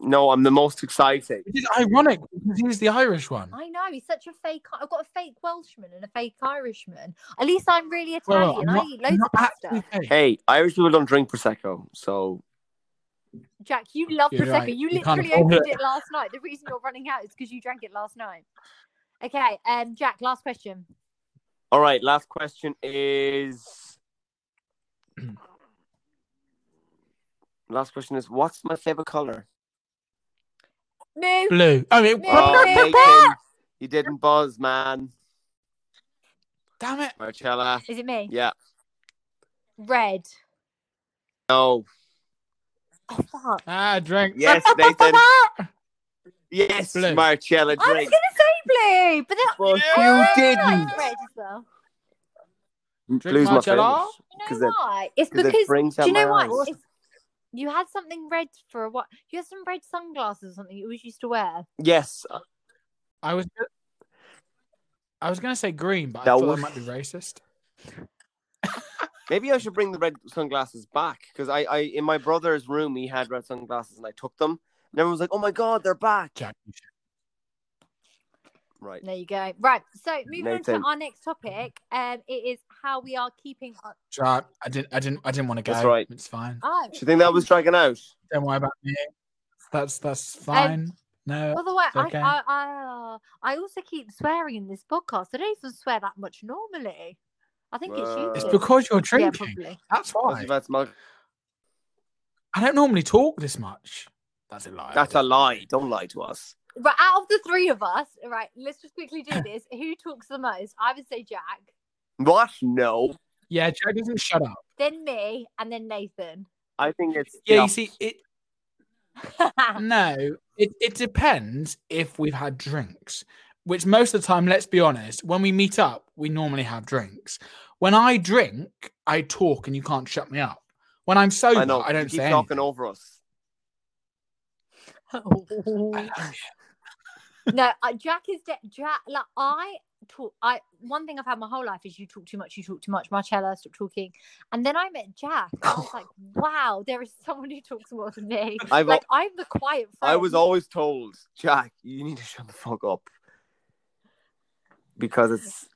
No, I'm the most excited. It is ironic because he's the Irish one. I know he's such a fake. I've got a fake Welshman and a fake Irishman. At least I'm really Well, Italian. I'm I not- eat I'm loads of not pasta. actually fake. Hey, Irish people don't drink prosecco, so Jack, you love You're prosecco. right, You you can't literally afford opened it last night. The reason you're running out is because you drank it last night. Okay, um, Jack, last question. All right, last question is. last question is what's my favorite color? No, Blue. I mean, No. Oh, Yeah. Nathan, you didn't buzz, man. damn it. Marcella. is it me? Yeah. Red. No. Oh fuck! Ah, drink. Yes, Nathan. Yes, Blue. Marcella I was Drake. gonna say blue, but then But you Yeah. I didn't. like red as well. Blue's my Marcella? favorite. You 'Cause know it- why? It's Because it because brings do out you know my why? eyes. It's- You had something red for a while. You had some red sunglasses or something you always used to wear. Yes, I was. I was gonna say green, but I That thought was- that might be racist. Maybe I should bring the red sunglasses back because I, I, in my brother's room, he had red sunglasses and I took them. And everyone was like, "Oh my god, they're back!" Jack, you should- Right? There you go. Right. So moving on Nathan. to our next topic. Um, it is how we are keeping. Our... Jack, I didn't. I didn't. I didn't want to go. That's right. It's fine. Oh, Do you think that was dragging out? Don't worry about me. That's that's fine. no, By the way, It's I, okay. I, I, uh, I also keep swearing in this podcast. I don't even swear that much normally. I think Well, it's it's you. uh, because you're Yeah, drinking. probably. that's That's why. about smug- I don't normally talk this much. That's a lie. That's a lie. Don't lie to us. Right, out of the three of us, right, let's just quickly do this. Who talks the most? I would say Jack, What? No. Yeah, Jack doesn't shut up. then me, and then Nathan. I think it's Yeah, the you op- see, it yeah, No, it, it depends if we've had drinks, which most of the time, let's be honest, when we meet up, we normally have drinks. When I drink, I talk and you can't shut me up. When I'm sober, I I, know. don't you say keep anything. talking over us. I love you. no, uh, Jack is de- Jack. Like I talk. I one thing I've had my whole life is you talk too much. You talk too much. Marcella, stop talking. And then I met Jack. And I was like, wow, there is someone who talks more than me. I've, Like oh. I'm the quiet friend. I was always told, Jack, you need to shut the fuck up because it's.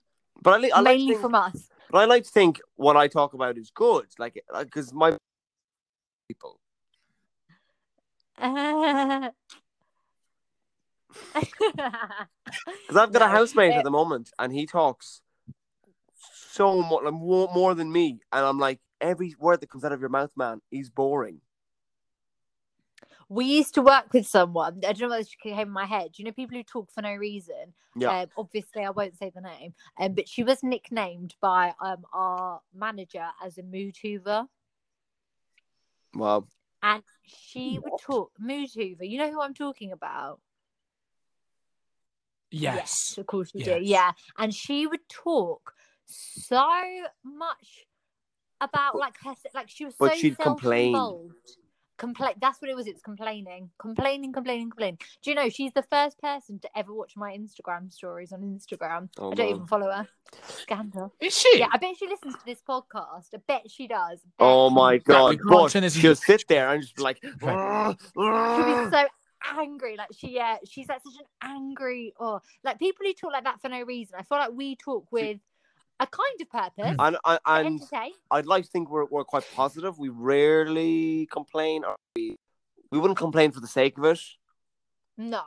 But I, li- I like mainly think- from us. But I like to think what I talk about is good, like because my people. Because I've got a No, housemate it- at the moment, and he talks so much like, more, more than me, and I'm like, every word that comes out of your mouth, man, is boring. we used to work with someone. I don't know whether she came in my head. You know, people who talk for no reason. Yeah. Um, obviously, I won't say the name, um, but she was nicknamed by um, our manager as a mood hoover, Wow. and she would talk mood hoover. You know who I'm talking about? Yes. of course you do. Yes. Yeah, and she would talk so much about like her, like she was But so she'd complain. self-involved. Complain. That's what it was. It's complaining, complaining, complaining, complaining. Do you know she's the first person to ever watch my Instagram stories on Instagram? Oh, I don't no. even follow her. Scandal. Is she? Yeah, I bet she listens to this podcast. I bet she does. Bet Oh she my does. god! can't But turn this she'll into- sit there and just be like, She'll Oh. be so angry. Like she, yeah, she's like such an angry or like people who talk like that for no reason. I feel like we talk with a kind of purpose. and and, to and entertain. I'd like to think we're we're quite positive. We rarely complain, or we we wouldn't complain for the sake of it. No.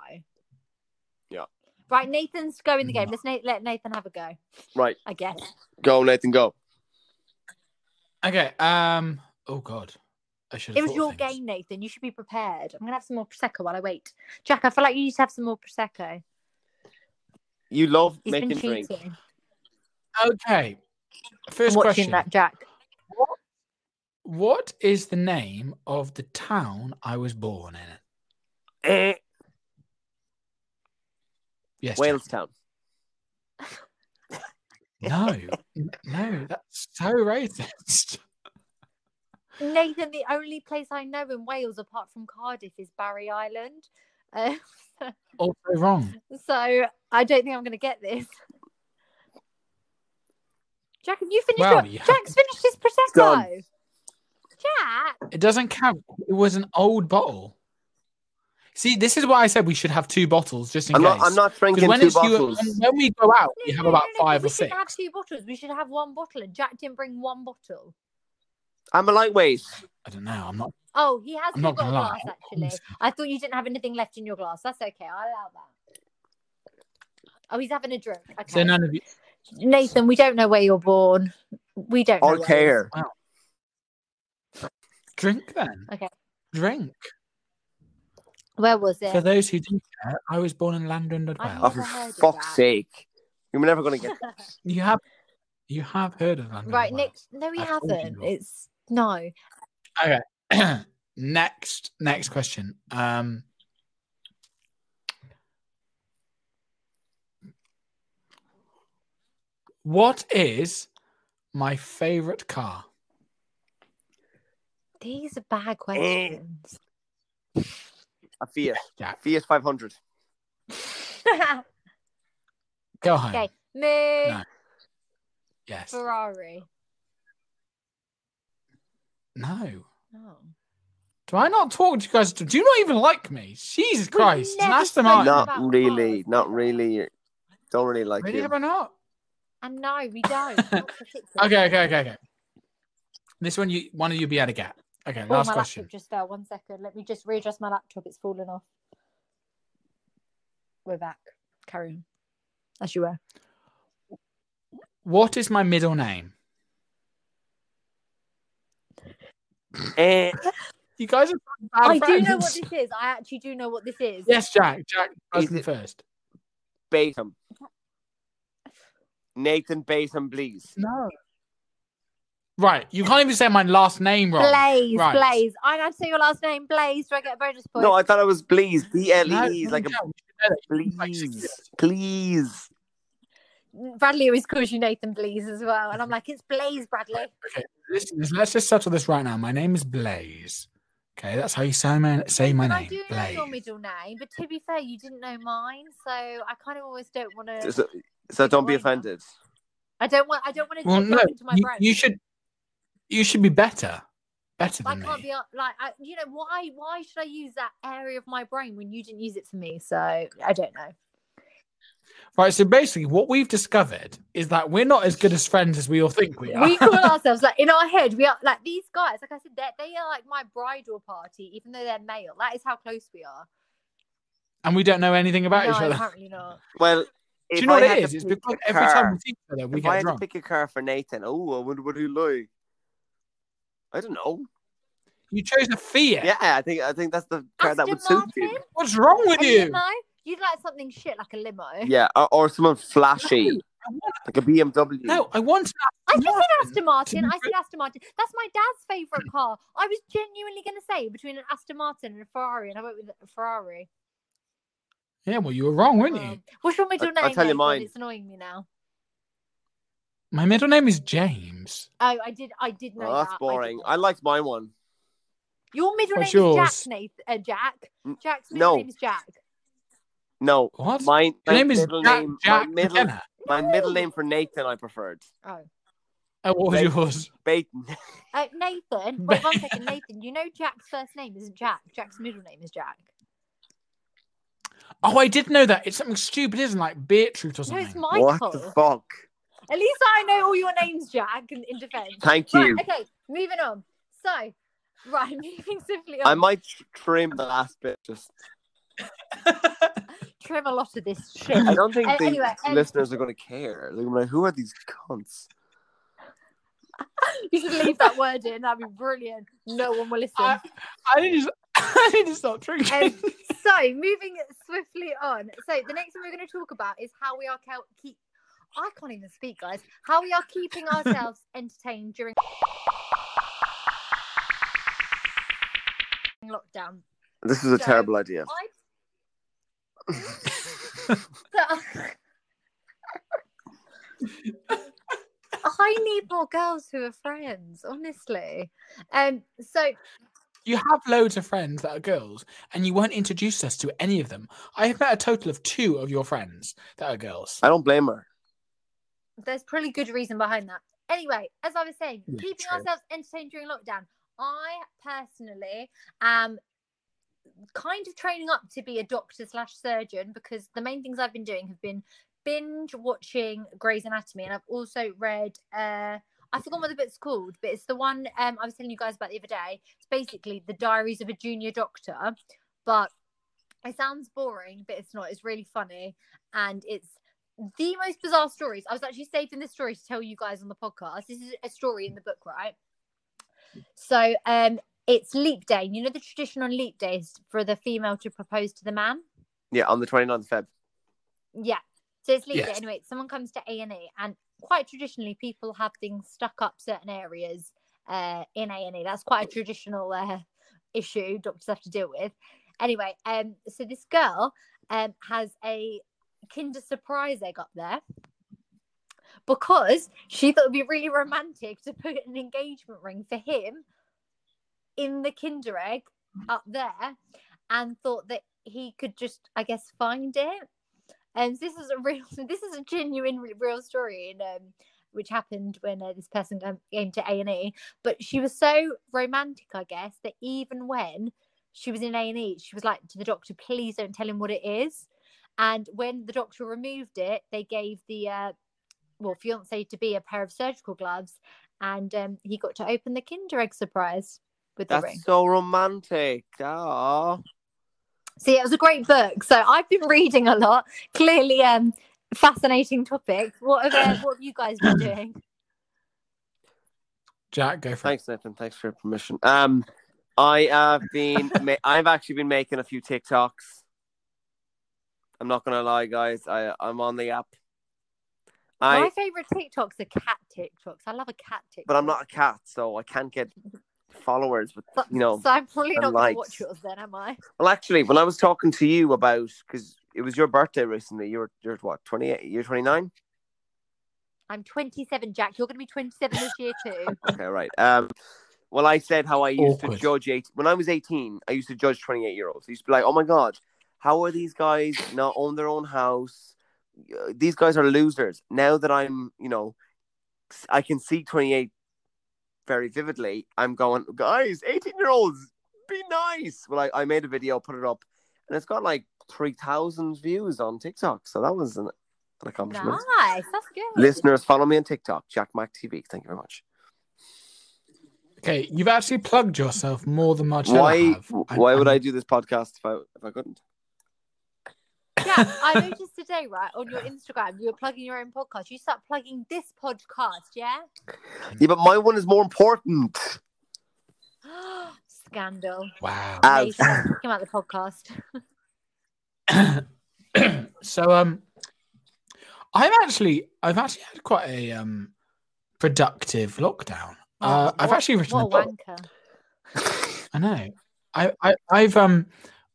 Yeah. Right, Nathan's go in the Mm. game. Let's na- let Nathan have a go. Right. I guess. Go, Nathan. Go. Okay. Um. Oh God. I should. It was your game, Nathan. You should be prepared. I'm gonna have some more prosecco while I wait. Jack, I feel like you used to have some more prosecco. You love He's making been cheating. drinks. Okay. I'm First watching question. that, Jack. What is the name of the town I was born in? Eh, Yes. Jack. Walestown. No. n- no. That's so racist. Nathan, the only place I know in Wales apart from Cardiff is Barry Island. Uh, Also wrong. so I don't think I'm going to get this. Jack, have you finished? Wow, your- you have- Jack's finished his prosecco. Done. Jack, It doesn't count. It was an old bottle. See, this is why I said we should have two bottles just in I'm case. not, I'm not 'Cause drinking when two it's you, bottles. when, when we go out, we No, have no, about no, no, but five we or six. shouldn't have two bottles. We should have one bottle, and Jack didn't bring one bottle. I'm a lightweight. I don't know. I'm not. Oh, he has I'm still not got a gonna lie. glass actually. I thought you didn't have anything left in your glass. That's okay. I'll allow that. Oh, he's having a drink. Okay. So none of you. Nathan, we don't know where you're born. We don't know Or where care. Drink then. Okay. Drink. Where was it? For those who didn't care, I was born in Landon and I Wales. Oh, Never for heard of fuck's that. sake. You're never going to get You have, you have heard of Landon. right, and Nick. No, we I told you haven't. not. It's no. Wales. next, next question. Um, what is my favorite car? These are bad questions. a Fiat. Jack, Fiat 500. go home. okay, move. No. Yes. Ferrari. No. Oh. Do I not talk to you guys? Do you not even like me? Jesus Christ. never Aston spoken Martin. about Not cars, really. have Not we? really. Don't really like Oh, Really, you. have I not? And no, we don't. Not particularly. Okay, okay, okay, okay. This one, you one of you be able to get. Okay, Oh, last my question. laptop just fell. One second. Let me just readjust my laptop. It's fallen off. We're back. Carry on. As you were. What is my middle name? Eh, You guys are bad I Oh, do know what friends. this is. I actually do know what this is. Yes, Jack. Jack, Is husband it- first. Batum. Nathan Batum, please. No. Right, you can't even say my last name wrong. Blaze, Right. Blaze. I know to say your last name, Blaze. Do I get a bonus point? No, I thought it was please. B L No, E is like a no, you should know that. You should know that. please. Please. Bradley always calls you Nathan Blaze as well. And I'm like, it's Blaze, Bradley. Listen, let's just settle this right now. My name is Blaze. Okay, that's how you say my say my And I name. do know Blaze. your middle name, but to be fair, you didn't know mine. So I kind of always don't want to. So, so don't Why be not? offended. I don't want I don't want to Well, jump no, into my you, brain. you should you should be better, better I than can't me. be like I, you know why why should I use that area of my brain when you didn't use it for me? So I don't know. Right. So basically, what we've discovered is that we're not as good as friends as we all think we are. We call ourselves like in our head we are like these guys. Like I said, they they are like my bridal party, even though they're male. That is how close we are. and we don't know anything about no, each other. apparently not. Well, Do if you know I what had it to is? It's pick because a every time we car- see each other, we if I get had to drunk. pick a car for Nathan, oh, I would would he lie? I don't know. You chose a Fiat. Yeah, I think I think that's the car that Aston would suit you. Martin? What's wrong with A you? limo? You'd like something shit like a limo. Yeah, or, or someone flashy, No, I want, like a BMW. no, I want I an just said Aston Martin. Aston Martin. I you- said Aston Martin. That's my dad's favourite car. I was genuinely going to say between an Aston Martin and a Ferrari, and I went with a Ferrari. Yeah, well, you were wrong, weren't Um, you? what's your middle I'll name? tell you Nathan? mine. It's annoying me now. My middle name is James. Oh, I did. I did know. Oh, that. that's I did boring. know I liked my one. Your middle What's name yours? is Jack, Nathan, uh, Jack. N- Jack's middle Mm, no. name is Jack. No, What? my, Your my name is middle Jack, name. Jack my middle, McKenna. my No. middle name for Nathan, I preferred Oh, Oh, what was Right. yours? Baton. uh, Nathan. Wait one second, Nathan. You know Jack's first name isn't Jack. Jack's middle name is Jack. Oh, I did know that. It's something stupid, isn't it? Like beetroot or No, something. it's What Michael. the fuck? At least I know all your names, Jack. In, in defense. Thank Right. you. Okay. Moving on. So, right. Moving simply on. I might tr- trim the last bit. Just trim a lot of this shit. I don't think Uh, the anyway, um, listeners are going to care. They're gonna be like, who are these cunts? you should leave that word in. That'd be brilliant. No one will listen. I, I need to, I need to stop drinking. Um, so moving swiftly on. So the next thing we're going to talk about is how we are cal- keep. I can't even speak, guys. How we are keeping ourselves entertained during lockdown. This is a So- terrible idea. I. So- I need more girls who are friends, honestly. Um, so you have loads of friends that are girls, and you won't introduce us to any of them. I have met a total of two of your friends that are girls. I don't blame her. there's probably good reason behind that. Anyway, as I was saying, Yeah, keeping true. ourselves entertained during lockdown. I personally am kind of training up to be a doctor slash surgeon because the main things I've been doing have been binge watching Grey's Anatomy, and I've also read. Uh, I forgot what the book's called, but it's the one um, I was telling you guys about the other day. It's basically the Diaries of a Junior Doctor, but it sounds boring, but it's not. It's really funny, and it's the most bizarre stories. I was actually saving this story to tell you guys on the podcast. This is a story in the book, right? So, um, it's leap day. You know the tradition on leap day is for the female to propose to the man. Yeah, on the 29th of Feb. Yeah. So it's legal. Yes. Anyway, someone comes to A and E, and quite traditionally, people have things stuck up certain areas uh, in A and E. That's quite a traditional uh, issue doctors have to deal with. Anyway, um, so this girl um has a Kinder Surprise egg up there because she thought it'd be really romantic to put an engagement ring for him in the Kinder egg up there, and thought that he could just, I guess, find it. And this is a real, this is a genuine, re- real story, and um, which happened when uh, this person um, came to A and E. But she was so romantic, I guess, that even when she was in A and E, she was like to the doctor, "Please don't tell him what it is." And when the doctor removed it, they gave the uh, well fiance to be a pair of surgical gloves, and um, he got to open the Kinder Egg surprise with the ring. That's so romantic. Aww. So yeah, it was a great book. So I've been reading a lot. Clearly, um, fascinating topic. What have uh, what have you guys been doing? Jack, go for it. Thanks, Nathan. Thanks for your permission. Um, I have been. ma- I've actually been making a few TikToks. I'm not gonna lie, guys. I I'm on the app. My I favorite TikToks are cat TikToks. I love a cat TikTok. but I'm not a cat, so I can't get followers. But So, you know, so I'm probably and not going likes. to watch yours then, am I? well, actually, when I was talking to you about because it was your birthday recently. You're you're what 28? You're 29. I'm 27, Jack. You're going to be 27 this year too. Okay, right. Um, well, I said how I used to Awkward. judge eight when I was eighteen. I used to judge twenty-eight year olds. I used to be like, "Oh my god, how are these guys not own their own house? Uh, These guys are losers." Now that I'm, you know, s- I can see twenty-eight very vividly. I'm going, guys, eighteen-year-olds, be nice. Well, I, I made a video, put it up, and it's got like three thousand views on TikTok. So that was an, an accomplishment. nice. That's good. Listeners, follow me on TikTok, Jack Mac TV. Thank you very much. Okay, you've actually plugged yourself more than Marcella why have. why would I I'm- do this podcast if I if I couldn't? Jack, I noticed today, right, on your Instagram, you were plugging your own podcast. You start plugging this podcast, yeah? Yeah, but my one is more important. Scandal. Wow. Uh, Nathan, Talking about the podcast. so um I've actually I've actually had quite a um productive lockdown. Uh, Oh, I've what- actually written What a a book. wanker. I know. I, I I've um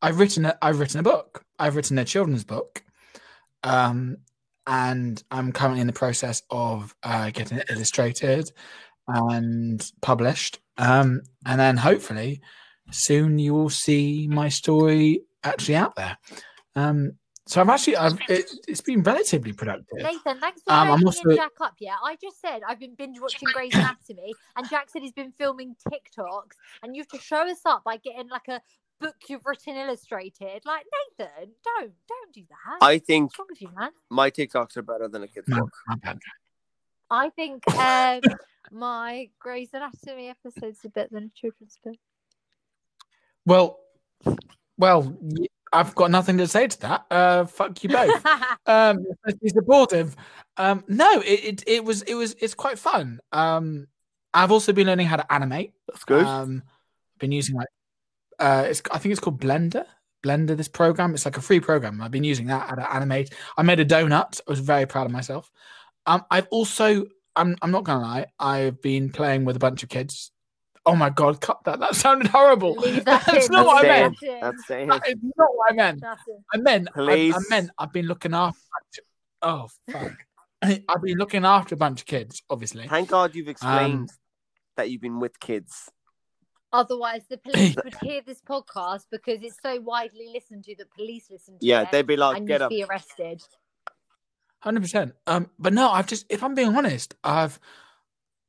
I've written a, I've written a book. I've written a children's book. Um and I'm currently in the process of uh, getting it illustrated and published. Um and then hopefully soon you will see my story actually out there. Um so I've actually I've it, it's been relatively productive. Nathan, thanks for Um, I'm opening also- Jack up. Yeah, I just said I've been binge watching Grey's Anatomy, and Jack said he's been filming TikToks, and you have to show us up by getting like a book you've written illustrated. Like Nathan, don't don't do that. I think What's wrong with you, man? my TikToks are better than a kid's No, book. my bad. I think um, my Grey's Anatomy episodes are better than a children's book. Well, well, y- I've got nothing to say to that. Uh, fuck you both. um, let's be supportive. Um, no, it, it it was it was it's quite fun. Um, I've also been learning how to animate. That's good. Um, I've been using like uh, it's I think it's called Blender. Blender, this program. It's like a free program. I've been using that how to animate. I made a donut. I was very proud of myself. Um, I've also I'm I'm not gonna lie. I've been playing with a bunch of kids. Oh my god, cut that! That sounded horrible. Leave that That's in. not what I Leave meant. that in. That's saying That is not what I meant. That's it. I meant, I, I Please. meant, I've been looking after. Oh fuck! I've been looking after a bunch of kids, obviously. Thank God um, you've explained that you've been with kids. Otherwise, the police would hear this podcast because it's so widely listened to that police listen to Yeah, it they'd be like, and get you'd up. be arrested. Hundred percent. Um, but no, I've just, if I'm being honest, I've,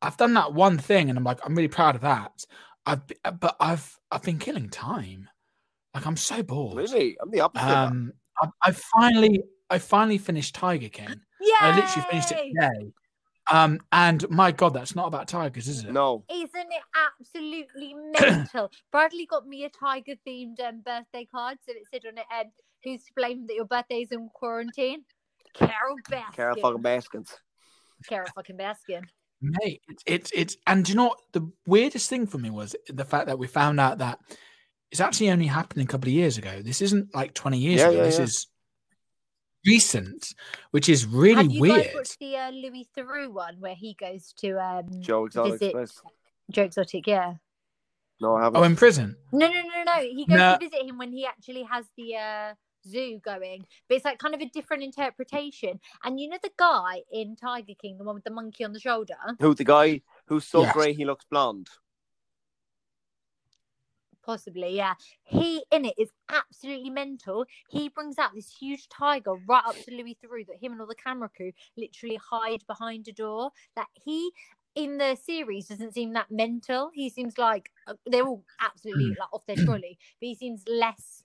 I've done that one thing, and I'm like, I'm really proud of that. I've, b- but I've, I've been killing time. Like I'm so bored. Really? I'm the opposite. Um, I, I finally, I finally finished Tiger King. Yeah, I literally finished it today. Um, and my God, that's not about tigers, is it? no. Isn't it absolutely mental? Bradley got me a tiger themed um, birthday card, so it said on it, um, "Who's to blame that your birthday's in quarantine?" Carol Baskin. Carol fucking Baskins. Carol fucking Baskin. Mate, it's it's it's and do you know what the weirdest thing for me was the fact that we found out that it's actually only happened a couple of years ago. This isn't like twenty years Yeah, ago. yeah, this yeah. is recent, which is really Have you guys weird. watched the uh, Louis Theroux one where he goes to um, Joe, Joe Exotic Visit- Express. Exotic? Yeah. No, I haven't. Oh, in prison. No, no, no, no. He goes No. to visit him when he actually has the uh, zoo going, but it's like kind of a different interpretation. And you know the guy in Tiger King, the one with the monkey on the shoulder. Who the guy who's so Yes. grey he looks blonde? possibly yeah he in it is absolutely mental he brings out this huge tiger right up to louis through that him and all the camera crew literally hide behind a door that he in the series doesn't seem that mental he seems like uh, they're all absolutely Hmm. like off their trolley but he seems less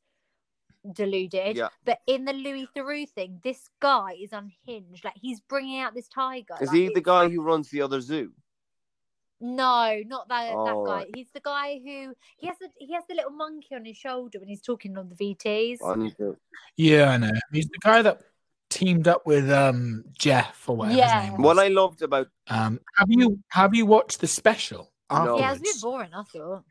deluded Yeah. but in the louis through thing this guy is unhinged like he's bringing out this tiger Is like, he the it's- guy who runs the other zoo? no, not that Oh, that guy. right. He's the guy who he has the he has the little monkey on his shoulder when he's talking on the VTs. I need to- Yeah, I know. He's the guy that teamed up with um Jeff or whatever Yeah. his name was. What I loved about um, have you have you watched the special? No. Yeah, it was a bit afterwards? boring. I thought.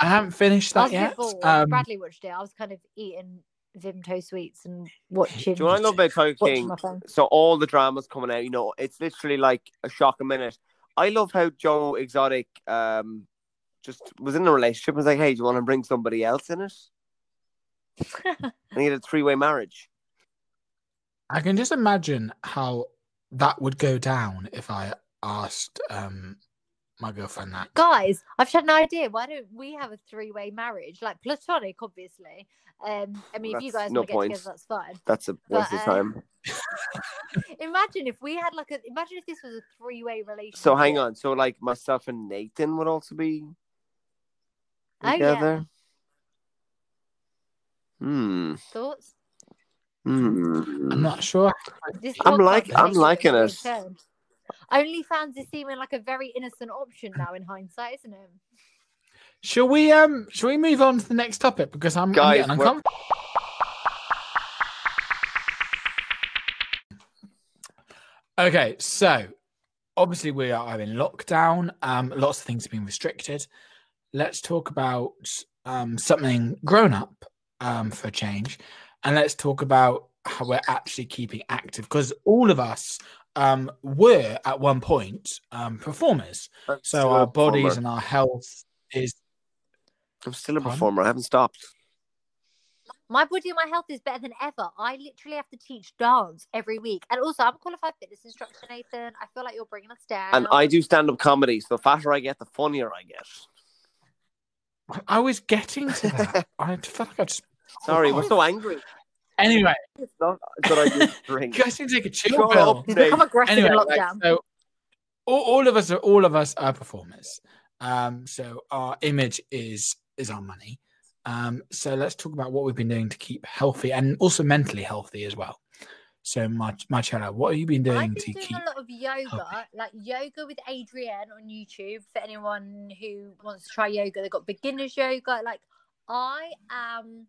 I haven't finished I that was a yet. bit bored. Um, Bradley watched it. I was kind of eating Vimto sweets and watching. do you know what I love about Tiger watching King? my phone. So all the dramas coming out, you know, it's literally like a shock a minute. I love how Joe Exotic um just was in a relationship and was like, Hey, do you want to bring somebody else in it? And he had a three way marriage. I can just imagine how that would go down if I asked um my girlfriend that. Guys, I've had an idea. Why don't we have a three-way marriage, like platonic, obviously? Um, I mean, if you That's guys no want to get point. together, that's fine. That's a But, waste of uh, time. Imagine if we had like a. Imagine if this was a three-way relationship. So hang on. So like myself and Nathan would also be Oh, yeah. together. Hmm. Thoughts? Hmm. I'm not sure. This I'm podcast like- is I'm taking a liking weird it. turn. OnlyFans is seeming like a very innocent option now in hindsight, isn't it? Shall we um shall we move on to the next topic? Because I'm, I'm Guys, getting we're- uncomfortable. Okay, so obviously we are in lockdown. Um lots of things have been restricted. Let's talk about um something grown up um for a change. And let's talk about how we're actually keeping active because all of us um were at one point um performers. I'm So still a our bodies performer. and our health is I'm still a Pardon? performer. I haven't stopped. My body and my health is better than ever. I literally have to teach dance every week. And also, I'm a qualified fitness instructor, Nathan. I feel like you're bringing us down. And I do stand up comedy. So the fatter I get, the funnier I get. I was getting to that. I felt like I just. Sorry, we're so angry. Anyway, It's not that I just drink. you guys need to take a chill Shut pill. up. He's become Nate. aggressive Anyway, in like, lockdown. so all, all of us are all of us are performers. Um, so our image is is our money. Um, so let's talk about what we've been doing to keep healthy and also mentally healthy as well. So my my channel, what have you been doing I've to been doing keep? a lot of yoga, healthy. like yoga with Adrienne on YouTube for anyone who wants to try yoga. They've got beginners yoga. Like I am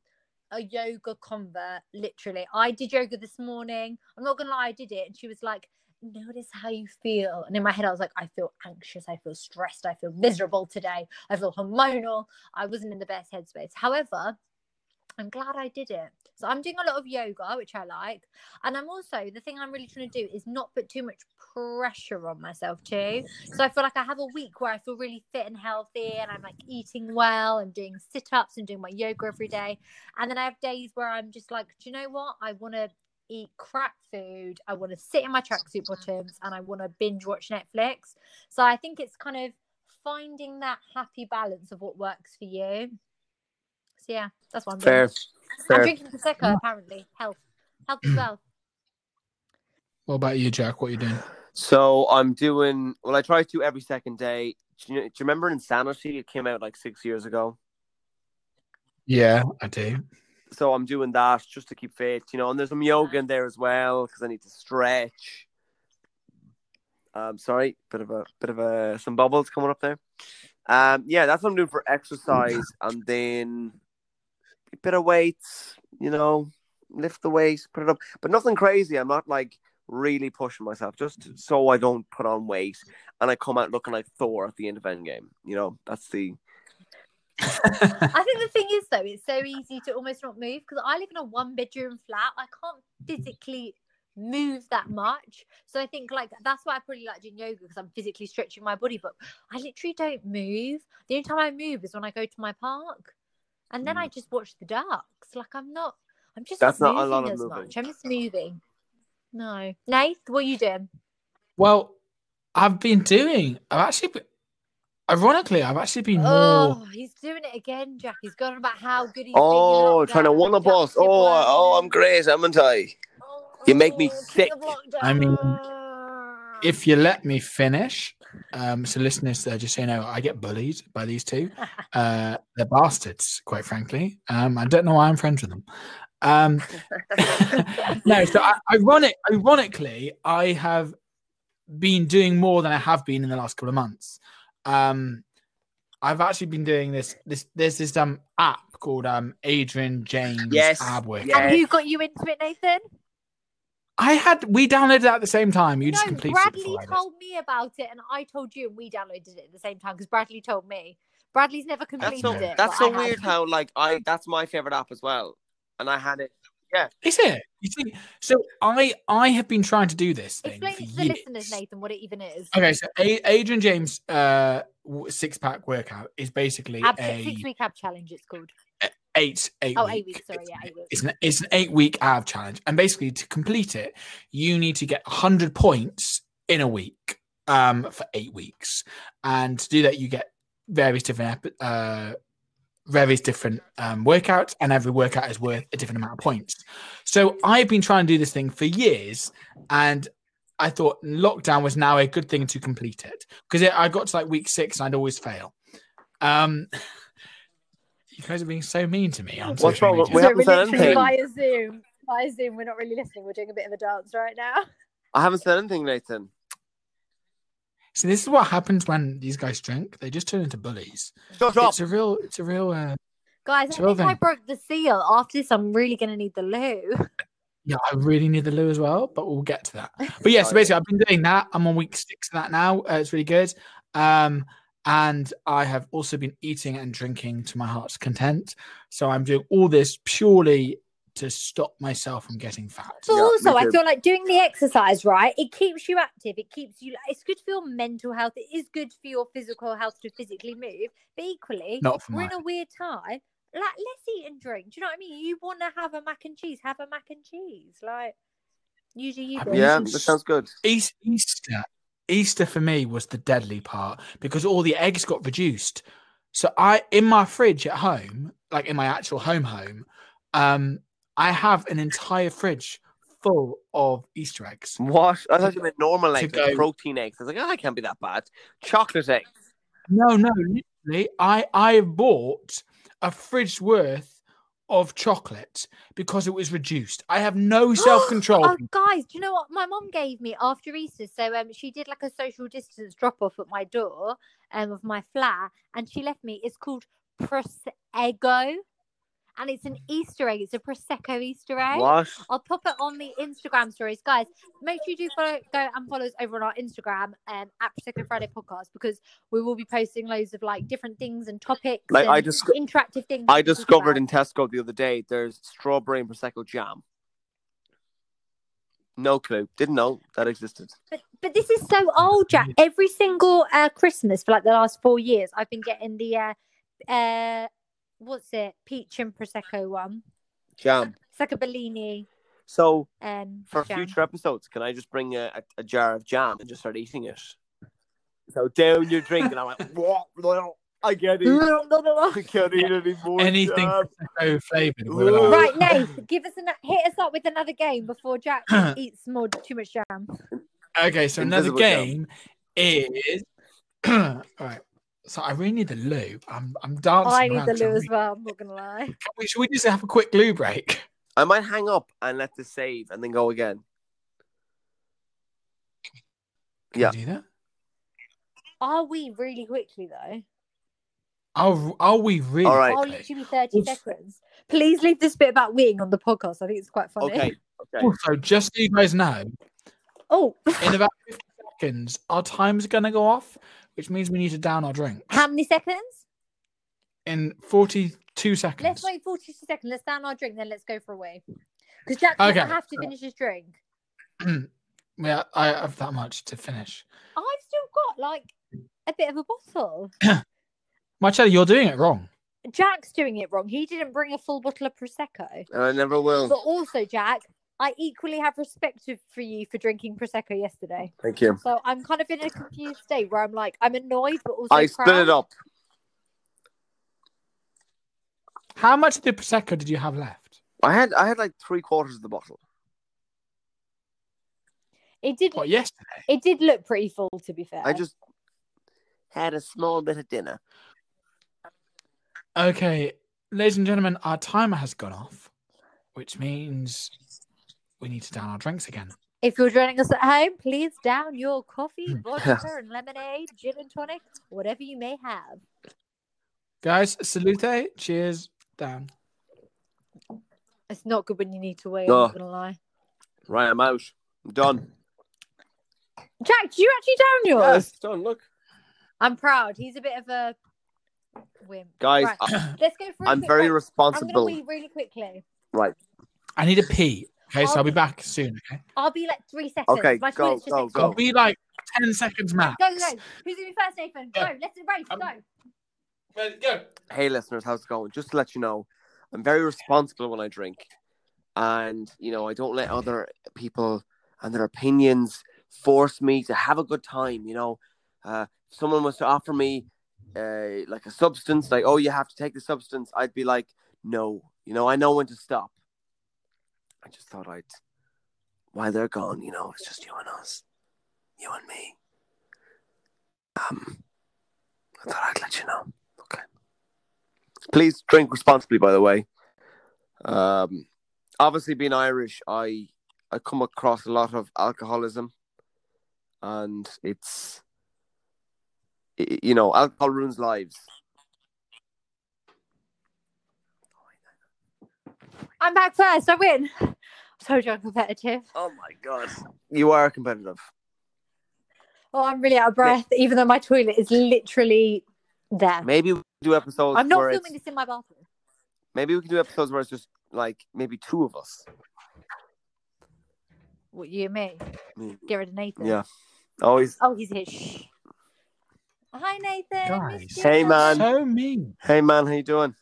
a yoga convert, literally. I did yoga this morning. I'm not gonna lie, I did it, and she was like, notice how you feel. And in my head, I was like, I feel anxious. I feel stressed. I feel miserable today. I feel hormonal. I wasn't in the best headspace. However, I'm glad I did it. So I'm doing a lot of yoga, which I like. And I'm also, the thing I'm really trying to do is not put too much pressure on myself, too. Mm-hmm. So I feel like I have a week where I feel really fit and healthy and I'm like eating well and doing sit ups and doing my yoga every day. And then I have days where I'm just like, do you know what? I want to eat crap food. I want to sit in my tracksuit bottoms and I want to binge watch Netflix. So I think it's kind of finding that happy balance of what works for you. So yeah, that's what I'm doing. Fair. I'm Fair. drinking prosecco apparently. Health, health as well. What about you, Jack? What are you doing? So I'm doing well. I try to every second day. Do you, do you remember Insanity? It came out like six years ago. Yeah, I do. So I'm doing that just to keep fit, you know. And there's some yoga in there as well because I need to stretch. Um, sorry, bit of a bit of a some bubbles coming up there. Um, yeah, that's what I'm doing for exercise, and then a bit of weights, you know, lift the weights, put it up, but nothing crazy. I'm not like really pushing myself just so I don't put on weight and I come out looking like Thor at the end of Endgame. You know, that's the I think the thing is though, it's so easy to almost not move because I live in a one bedroom flat. I can't physically move that much. So I think like that's why I probably like doing yoga because I'm physically stretching my body, but I literally don't move. The only time I move is when I go to my park. And then I just watch the ducks. Like I'm not I'm just Mm. That's not not a lot moving of as moving. much. I'm just moving. No. Nath, what are you doing? Well, I've been doing. I've actually, been, ironically, I've actually been more. Oh, he's doing it again, Jack. He's gone about how good he's oh, trying to one up us. Oh, oh, I'm great. great, haven't I? You make me sick. I mean, if you let me finish, um, so listeners, uh, just so you know, I get bullied by these two. Uh, they're bastards, quite frankly. Um, I don't know why I'm friends with them. Um, no, so I, ironic, ironically, I have been doing more than I have been in the last couple of months. Um, I've actually been doing this. This there's this um app called um Adrian James Yes, Abwick. yes. and who got you into it, Nathan? I had we downloaded that at the same time. You just no, completed it. Bradley before I did. told me about it, and I told you, and we downloaded it at the same time because Bradley told me. Bradley's never That's completed so it. that's so but I have. weird how like I that's my favorite app as well, and I had it. Is it? You see, so I I have been trying to do this thing Explain for to the years. listeners, Nathan, what it even is. Okay, so A- Adrian James' uh, six pack workout is basically Ab- a six week ab challenge, it's called. eight eight Oh, week. eight weeks. Sorry, it's, yeah, eight weeks. it's an it's an eight week ab challenge, and basically to complete it, you need to get hundred points in a week um, for eight weeks, and to do that, you get various different epi- uh, various different um, workouts, and every workout is worth a different amount of points. So I've been trying to do this thing for years, and I thought lockdown was now a good thing to complete it because I got to like week six and I'd always fail. Um, you guys are being so mean to me. On What's social wrong with- media. We haven't said anything. via Zoom. Via Zoom, we're not really listening. We're doing a bit of a dance right now. I haven't said anything, Nathan. See, this is what happens when these guys drink. They just turn into bullies. Shut It's a real, it's a real. Uh, Guys, I think Sure I thing. broke the seal. After this, I'm really going to need the loo. yeah, I really need the loo as well, but we'll get to that. But yeah, so Sorry. basically, I've been doing that. I'm on week six of that now. Uh, it's really good. Um, and I have also been eating and drinking to my heart's content. So I'm doing all this purely to stop myself from getting fat. But Yeah, also, me I too. feel like doing the exercise, right? It keeps you active. It keeps you, it's good for your mental health. It is good for your physical health to physically move. But equally, Not for we're mine. in a weird time. Like, let's eat and drink. Do you know what I mean? You want to have a mac and cheese, have a mac and cheese. Like, usually you I do. mean, Yeah, Nathan, that sounds good. East, Easter, Easter for me was the deadly part because all the eggs got reduced. So I, in my fridge at home, like in my actual home home, um, I have an entire fridge full of Easter eggs. What? I thought you meant normal To eggs, like go- protein eggs. I was like, oh, that can't be that bad. Chocolate eggs. No, no, literally, I I bought a fridge worth of chocolate because it was reduced. I have no self control. Oh, guys, do you know what my mom gave me after Easter? So um, she did like a social distance drop off at my door um of my flat, and she left me. It's called prosecco, and it's an Easter egg. It's a prosecco Easter egg. What? I'll pop it on the Instagram stories, guys. Make sure you do follow, go and follow us over on our Instagram um, at Prosecco Friday Podcast because we will be posting loads of like different things and topics. Like, I and disco- interactive things. I to talk about. discovered in Tesco the other day there's strawberry and prosecco jam. No clue. Didn't know that existed. But, but this is so old, Jack. Every single uh, Christmas for like the last four years, I've been getting the uh, uh, what's it, peach and prosecco one. Jam. It's like a Bellini. So Um, for jam. future episodes, can I just bring a, a, a jar of jam and just start eating it? So down your drink, and I'm like, what? No, I can't eat. I can't eat anymore. Anything jam." prosecco flavored. Right, Nate, give us an, hit us up with another game before Jack eats more too much jam. Okay, so another Invisible jam. game is. All right. So I really need the loo. I'm I'm dancing. I need around. the Shall loo as we- well. I'm not gonna lie. can we- Should we just have a quick loo break? I might hang up and let this save and then go again. Can we Yeah. Do that? Are we really quickly though? Are Are we really? All right. Are quickly? literally thirty Oof. seconds. Please leave this bit about weeing on the podcast. I think it's quite funny. Okay. Okay. Also, just so you guys know, Oh, in about 50 seconds, our time's going to go off, which means we need to down our drink how many seconds? in 42 Let's seconds. wait forty-two seconds. Let's down our drink, then let's go for a wee. Because Jack Okay. doesn't have to finish his drink. Yeah, I have that much to finish. I've still got like a bit of a bottle. Marcello, you're doing it wrong. Jack's doing it wrong. He didn't bring a full bottle of prosecco. And I never will. But also, Jack, I equally have respect of- for you for drinking prosecco yesterday. Thank you. So I'm kind of in a confused state where I'm like, I'm annoyed, but also I split proud. it up. How much of the Prosecco did you have left? I had I had like three quarters of the bottle. It did. What, yesterday? It did look pretty full, to be fair. I just had a small bit of dinner. Okay, ladies and gentlemen, our timer has gone off, which means we need to down our drinks again. If you're joining us at home, please down your coffee, vodka, and lemonade, gin and tonic, whatever you may have. Guys, salute, cheers, down. It's not good when you need to wait. No. I'm not gonna lie. Right, I'm out. I'm done. Jack, do you actually down yours? Yes, done. Look, I'm proud. He's a bit of a wimp. guys, Right. I, Let's go for. a I'm quick very break. I'm gonna responsible. wee really quickly. I need a pee. Okay, so I'll- I'll be back soon. Okay, I'll be like three seconds. Okay, My go, toilet's just go, next go. door. I'll be like 10 seconds max. Go, go, go. Who's going to be first, Nathan? Go, Yeah. let's race, Um, go. Ready, go. hey, listeners, how's it going? Just to let you know, I'm very responsible when I drink, and you know I don't let other people and their opinions force me to have a good time. You know, uh, if someone was to offer me uh, like a substance, like oh, you have to take the substance, I'd be like, no. You know, I know when to stop. I just thought I'd. Why they're gone, you know, it's just you and us, you and me. Um, I thought I'd let you know. Okay. Please drink responsibly, by the way. Um, obviously, being Irish, I I come across a lot of alcoholism, and it's i- i- you know alcohol ruins lives. I'm back first. I win. So John competitive. Oh my god, you are competitive. Oh, I'm really out of breath, even though my toilet is literally there. Maybe we can do episodes. I'm not where filming it's- this in my bathroom. Maybe we can do episodes where it's just like maybe two of us. What you and me? Me. Get rid of Nathan. Yeah, always. Oh, he's here. Shh. Hi, Nathan. missed Guys. you. Hey, man. So mean. Hey man, how you doing?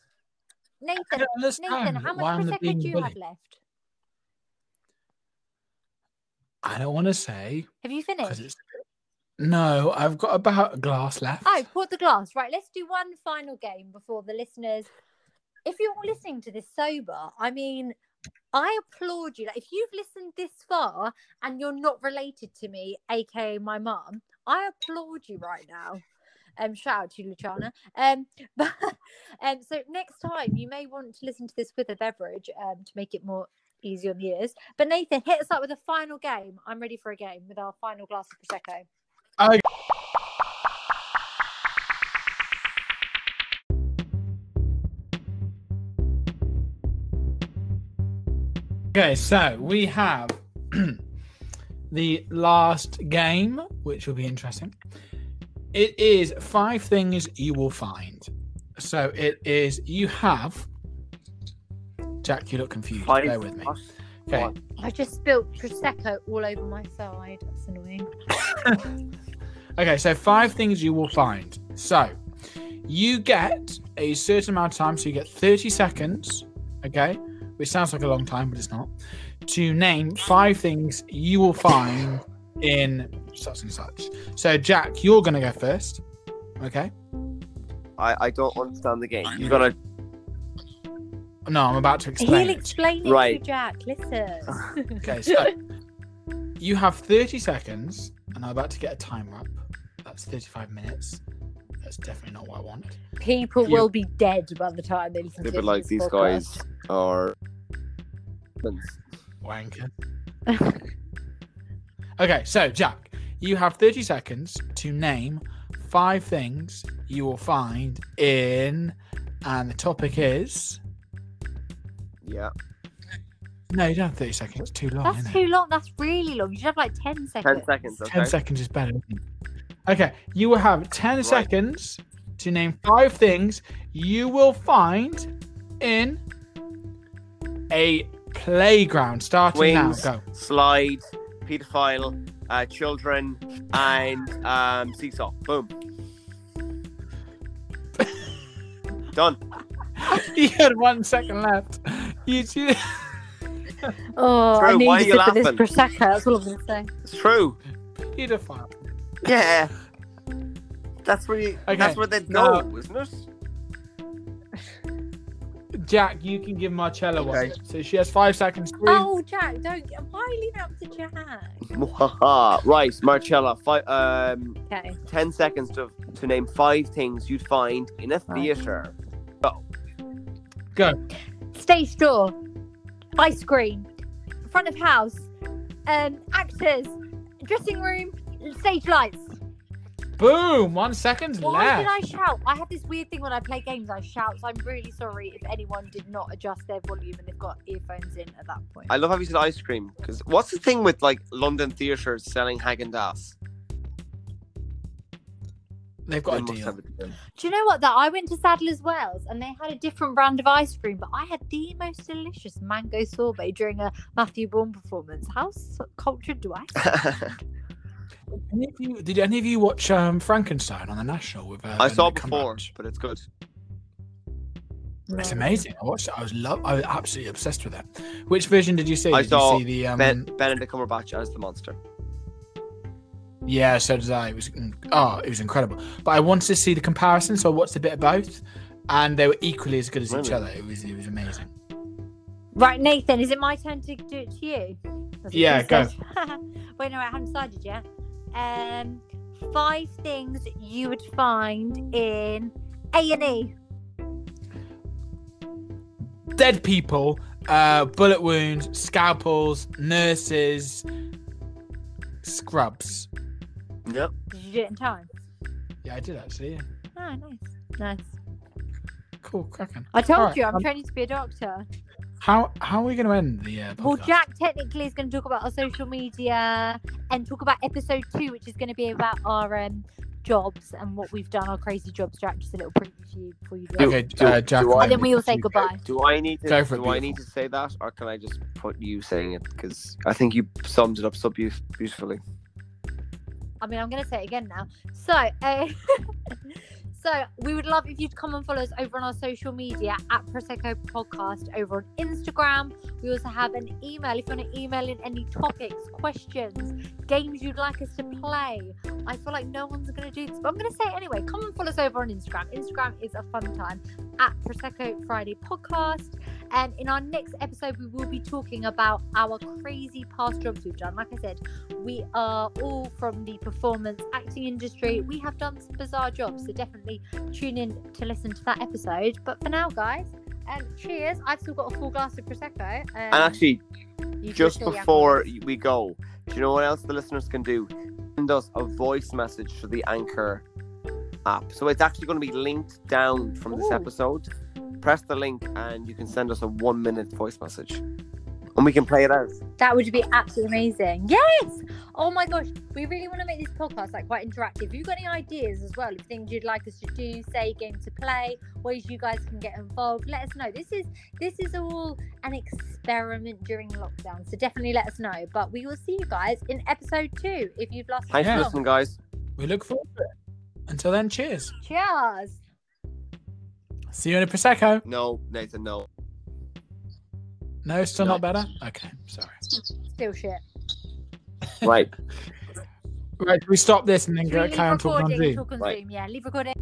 I Nathan, don't understand Nathan, how why much I'm the prosecco being do you bullied. have left? I don't want to say Have you because finished? it's. No, I've got about a glass left. Oh, pour the glass. Right, let's do one final game before the listeners. If you're all listening to this sober, I mean, I applaud you. Like, if you've listened this far and you're not related to me, aka my mum, I applaud you right now. Um, shout out to you, Luciana. Um, but um, so next time you may want to listen to this with a beverage um, to make it more easy on the ears. But Nathan, hit us up with a final game. I'm ready for a game with our final glass of prosecco. Okay, so we have the last game, which will be interesting. It is five things you will find. So it is you have. Jack, you look confused. Five- Bear with me. what? Okay. What? I just spilled prosecco all over my side. That's annoying. Okay, so five things you will find. So you get a certain amount of time, so you get 30 seconds, okay, which sounds like a long time, but it's not, to name five things you will find in such and such. So, Jack, you're going to go first, okay? I, I don't understand the game. You gotta No, I'm about to He'll explain. it. explain it to Right. Jack. Listen. Okay, so you have 30 seconds, and I'm about to get a timer up. That's 35 minutes. That's definitely not what I want. People You- will be dead by the time they listen they to were like this these podcast. guys are Wanker. okay, so Jack, you have 30 seconds to name five things you will find in, and the topic is. yeah. No, you don't have 30 seconds. It's too long, That's isn't it? too long. That's really long. You should have like 10 seconds. Ten seconds, 10 okay. seconds is better. isn't it? Okay, you will have 10 Right. seconds to name five things you will find in a playground. Starting Swings. now, go. Slide, pedophile, uh, children, and um, seesaw. Boom. Done. you had one second left. You two. Oh, True, I need why to are you sip of this laughing? prosecco. That's all I'm going to say. It's true. Pedophile. Yeah. That's where you, Okay, that's where they'd now- go, isn't it? Jack, you can give Marcella Okay. one. So she has five seconds. to read. Oh, Jack, don't. Why leave it up to Jack? Mwahaha. right, Marcella, five, um, Okay. 10 seconds to, to name five things you'd find in a theatre. Stage door, ice cream, front of house, um, actors, dressing room, stage lights. Boom! One second Why left. did I shout? I have this weird thing when I play games. I shout. So I'm really sorry if anyone did not adjust their volume and they've got earphones in at that point. I love how you said ice cream because what's the thing with like London theatres selling Haagen Dazs? They've got a deal. Do you know what? That I went to Sadler's Wells and they had a different brand of ice cream, but I had the most delicious mango sorbet during a Matthew Bourne performance. How s- cultured do I? Any of you- did any of you watch um, Frankenstein on the National? With uh, I saw Benedict it before, Cumberbatch? but it's good. It's No. amazing. I watched it. I was love. I was absolutely obsessed with it. Which version did you see? I did saw you see the um, ben, Benedict Cumberbatch as the monster. Yeah, so did I. It was in- oh, it was incredible. But I wanted to see the comparison, so I watched a bit of both, and they were equally as good as each Really? other. It was it was amazing. Right, Nathan, is it my turn to do it to you? That's what Yeah, you go. said. Wait, no, I haven't decided yet. Um, five things you would find in A and E. Dead people, uh, bullet wounds, scalpels, nurses, scrubs. Yep. Did you do it in time? Yeah, I did actually. Yeah. Oh, nice, nice. Cool, cracking. I told Alright, you, I'm um, training to be a doctor. How how are we going to end the uh, podcast? Well, Jack technically is going to talk about our social media and talk about episode two, which is going to be about our um, jobs and what we've done, our crazy jobs. Jack, just a little preview for you before you go. Okay, uh, Jack. do I- And Oh, then we all say goodbye. Do I need to Go for it, do I need to say that, or can I just put you saying it? Because I think you summed it up so beaut- beautifully. I mean, I'm going to say it again now. So, uh, so we would love if you'd come and follow us over on our social media at Prosecco Podcast over on Instagram. We also have an email if you want to email in any topics, questions, games you'd like us to play. I feel like no one's going to do this, but I'm going to say it anyway. Come and follow us over on Instagram. Instagram is a fun time at Prosecco Friday Podcast. And in our next episode, we will be talking about our crazy past jobs we've done. Like I said, we are all from the performance acting industry. We have done some bizarre jobs, so definitely tune in to listen to that episode. But for now, guys, um, cheers. I've still got a full glass of Prosecco. Um, And actually, you just should surely have before one. we go, do you know what else the listeners can do? Send us a voice message to the Anchor app. So it's actually going to be linked down from this Ooh. episode. Press the link and you can send us a one minute voice message. And and we can play it out. That would be absolutely amazing. Yes. Oh my gosh. We really want to make this podcast like quite interactive. If you've got any ideas as well of things you'd like us to do, say games to play, ways you guys can get involved, let us know. This is this is all an experiment during lockdown. So definitely let us know. But we will see you guys in episode two if you've lost Thanks Yeah. for listening, guys. We look forward to it. Until then, cheers. Cheers. See you in a prosecco. No, Nathan, no. No, still not No. better. Okay, sorry. Still shit. Right. Right, do we stop this and then Should we go leave carry on talking on recording and Zoom? talk on Right. Zoom? Yeah, leave recording.